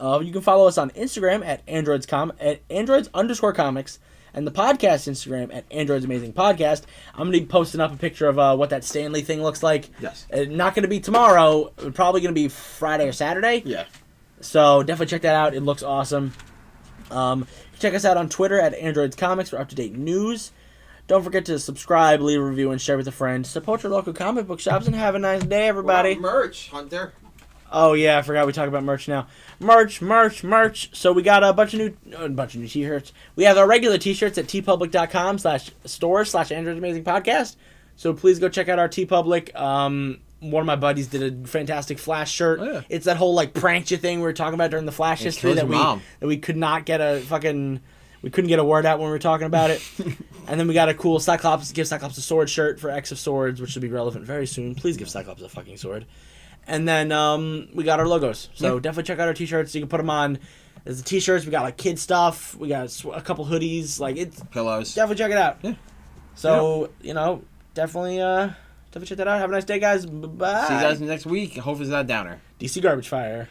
Uh, you can follow us on Instagram at androidscom at androids underscore comics and the podcast Instagram at androids amazing podcast. I'm gonna be posting up a picture of uh, what that Stanley thing looks like. Yes. Uh, not gonna be tomorrow. Probably gonna be Friday or Saturday. Yeah. So definitely check that out. It looks awesome. Um, check us out on Twitter at Androids Comics for up to date news. Don't forget to subscribe, leave a review, and share with a friend. Support your local comic book shops and have a nice day, everybody. merch, Hunter. Oh yeah, I forgot we talk about merch now. Merch, merch, merch. So we got a bunch of new, a bunch of new t-shirts. We have our regular t-shirts at tpublic.com slash store slash Andrew's Amazing Podcast. So please go check out our tpublic. Um, one of my buddies did a fantastic Flash shirt. Oh, yeah. It's that whole like prank you thing we were talking about during the Flash history kills that your we mom. that we could not get a fucking we couldn't get a word out when we were talking about [laughs] it. and then we got a cool Cyclops give Cyclops a sword shirt for X of Swords, which should be relevant very soon. Please give Cyclops a fucking sword. And then um, we got our logos. So definitely check out our t-shirts. You can put them on. There's the t-shirts. We got like kid stuff. We got sw- a couple hoodies. Like it's Pillows. definitely check it out. Yeah. So you know, definitely uh, definitely check that out. Have a nice day, guys. Bye. [laughs] See you guys next week. Hope it's not a downer. DC garbage fire.